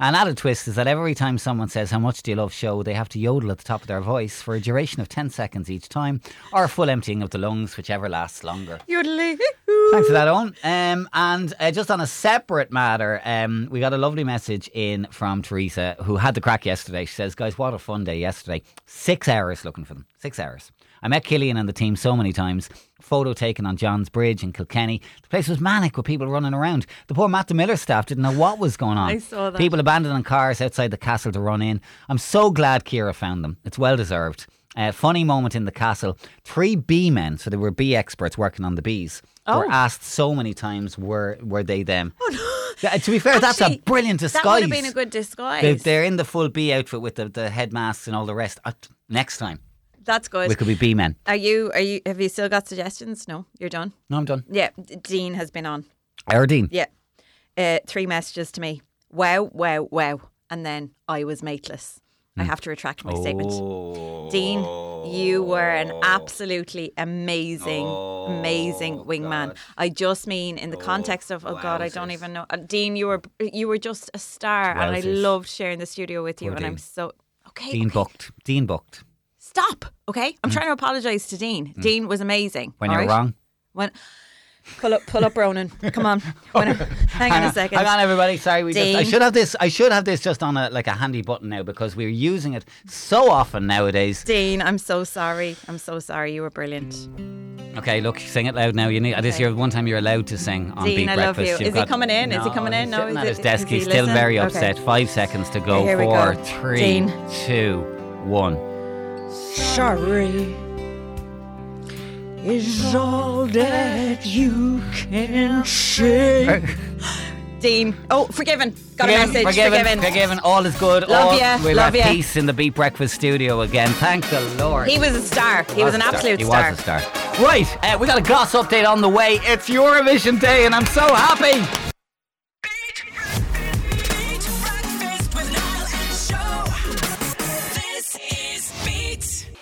An added twist is that every time someone says how much do you love show, they have to yodel at the top of their voice for a duration of ten seconds each time, or a full emptying of the lungs, whichever lasts longer.
Yodeling.
Thanks for that, Owen. Um, and uh, just on a separate matter, um, we got a lovely message in from Teresa, who had the crack yesterday. She says, Guys, what a fun day yesterday. Six hours looking for them. Six hours. I met Killian and the team so many times. Photo taken on John's Bridge in Kilkenny. The place was manic with people running around. The poor Matt the Miller staff didn't know what was going on.
I saw that.
People abandoning cars outside the castle to run in. I'm so glad Kira found them. It's well deserved. Uh, funny moment in the castle. Three bee men, so they were bee experts working on the bees,
Oh.
were asked so many times were were they them. Oh no! to be fair, that's a
Actually,
brilliant disguise.
That would have been a good disguise.
They, they're in the full bee outfit with the, the head masks and all the rest. Uh, next time
That's good.
we could be bee men.
Are you? Are you? Have you still got suggestions? No, you're done.
No, I'm done.
Yeah, D- Dean has been on.
Erdine.
Yeah, uh, three messages to me. Wow, wow, wow, and then I was mateless. I
Hmm.
have to retract my
Oh.
statement. Dean, you were an absolutely amazing,
Oh,
amazing wingman. I just mean in the context of oh god, I don't even know. Uh, Dean, you were you were just a star, and I
Wowzers.
loved sharing the studio with you.
Poor
and I'm
Dean.
so okay.
Dean booked. Dean booked.
Stop. Okay, I'm trying to apologize to Dean. Dean was amazing.
Mm. When
all
you're
right?
wrong.
When pull up, pull up, Ronan. Come on. When- hang on a second.
Hang on, everybody. Sorry, we just, I
Dean.
should have this. I should have this just on a like a handy button now because we're using it so often nowadays.
Dean, I'm so sorry. I'm so sorry. You were brilliant.
Okay, look, sing it loud now. You need this year. One time you're allowed to sing on
Dean,
Beat
I love
Breakfast.
you.
You've
Is he
got-
coming in? Is he coming in?
he's
No,
sitting
is
at
it-
his desk.
does he
He's still
listen?
very
Okay.
upset. Five seconds to go.
Okay, here we
Four,
go.
three,
Dean.
two, one.
Sorry is all that you can say.
Dean. Oh, forgiven. Got a
Forgiven,
message.
Forgiven, forgiven. All is good.
Love
All,
ya,
We'll
love
have
ya.
peace in the Beat Breakfast studio again. Thank the Lord.
He was a star. He was an
a star.
absolute
He
star.
was a star. Right, uh, we got a goss update on the way. It's Eurovision Day, and I'm so happy.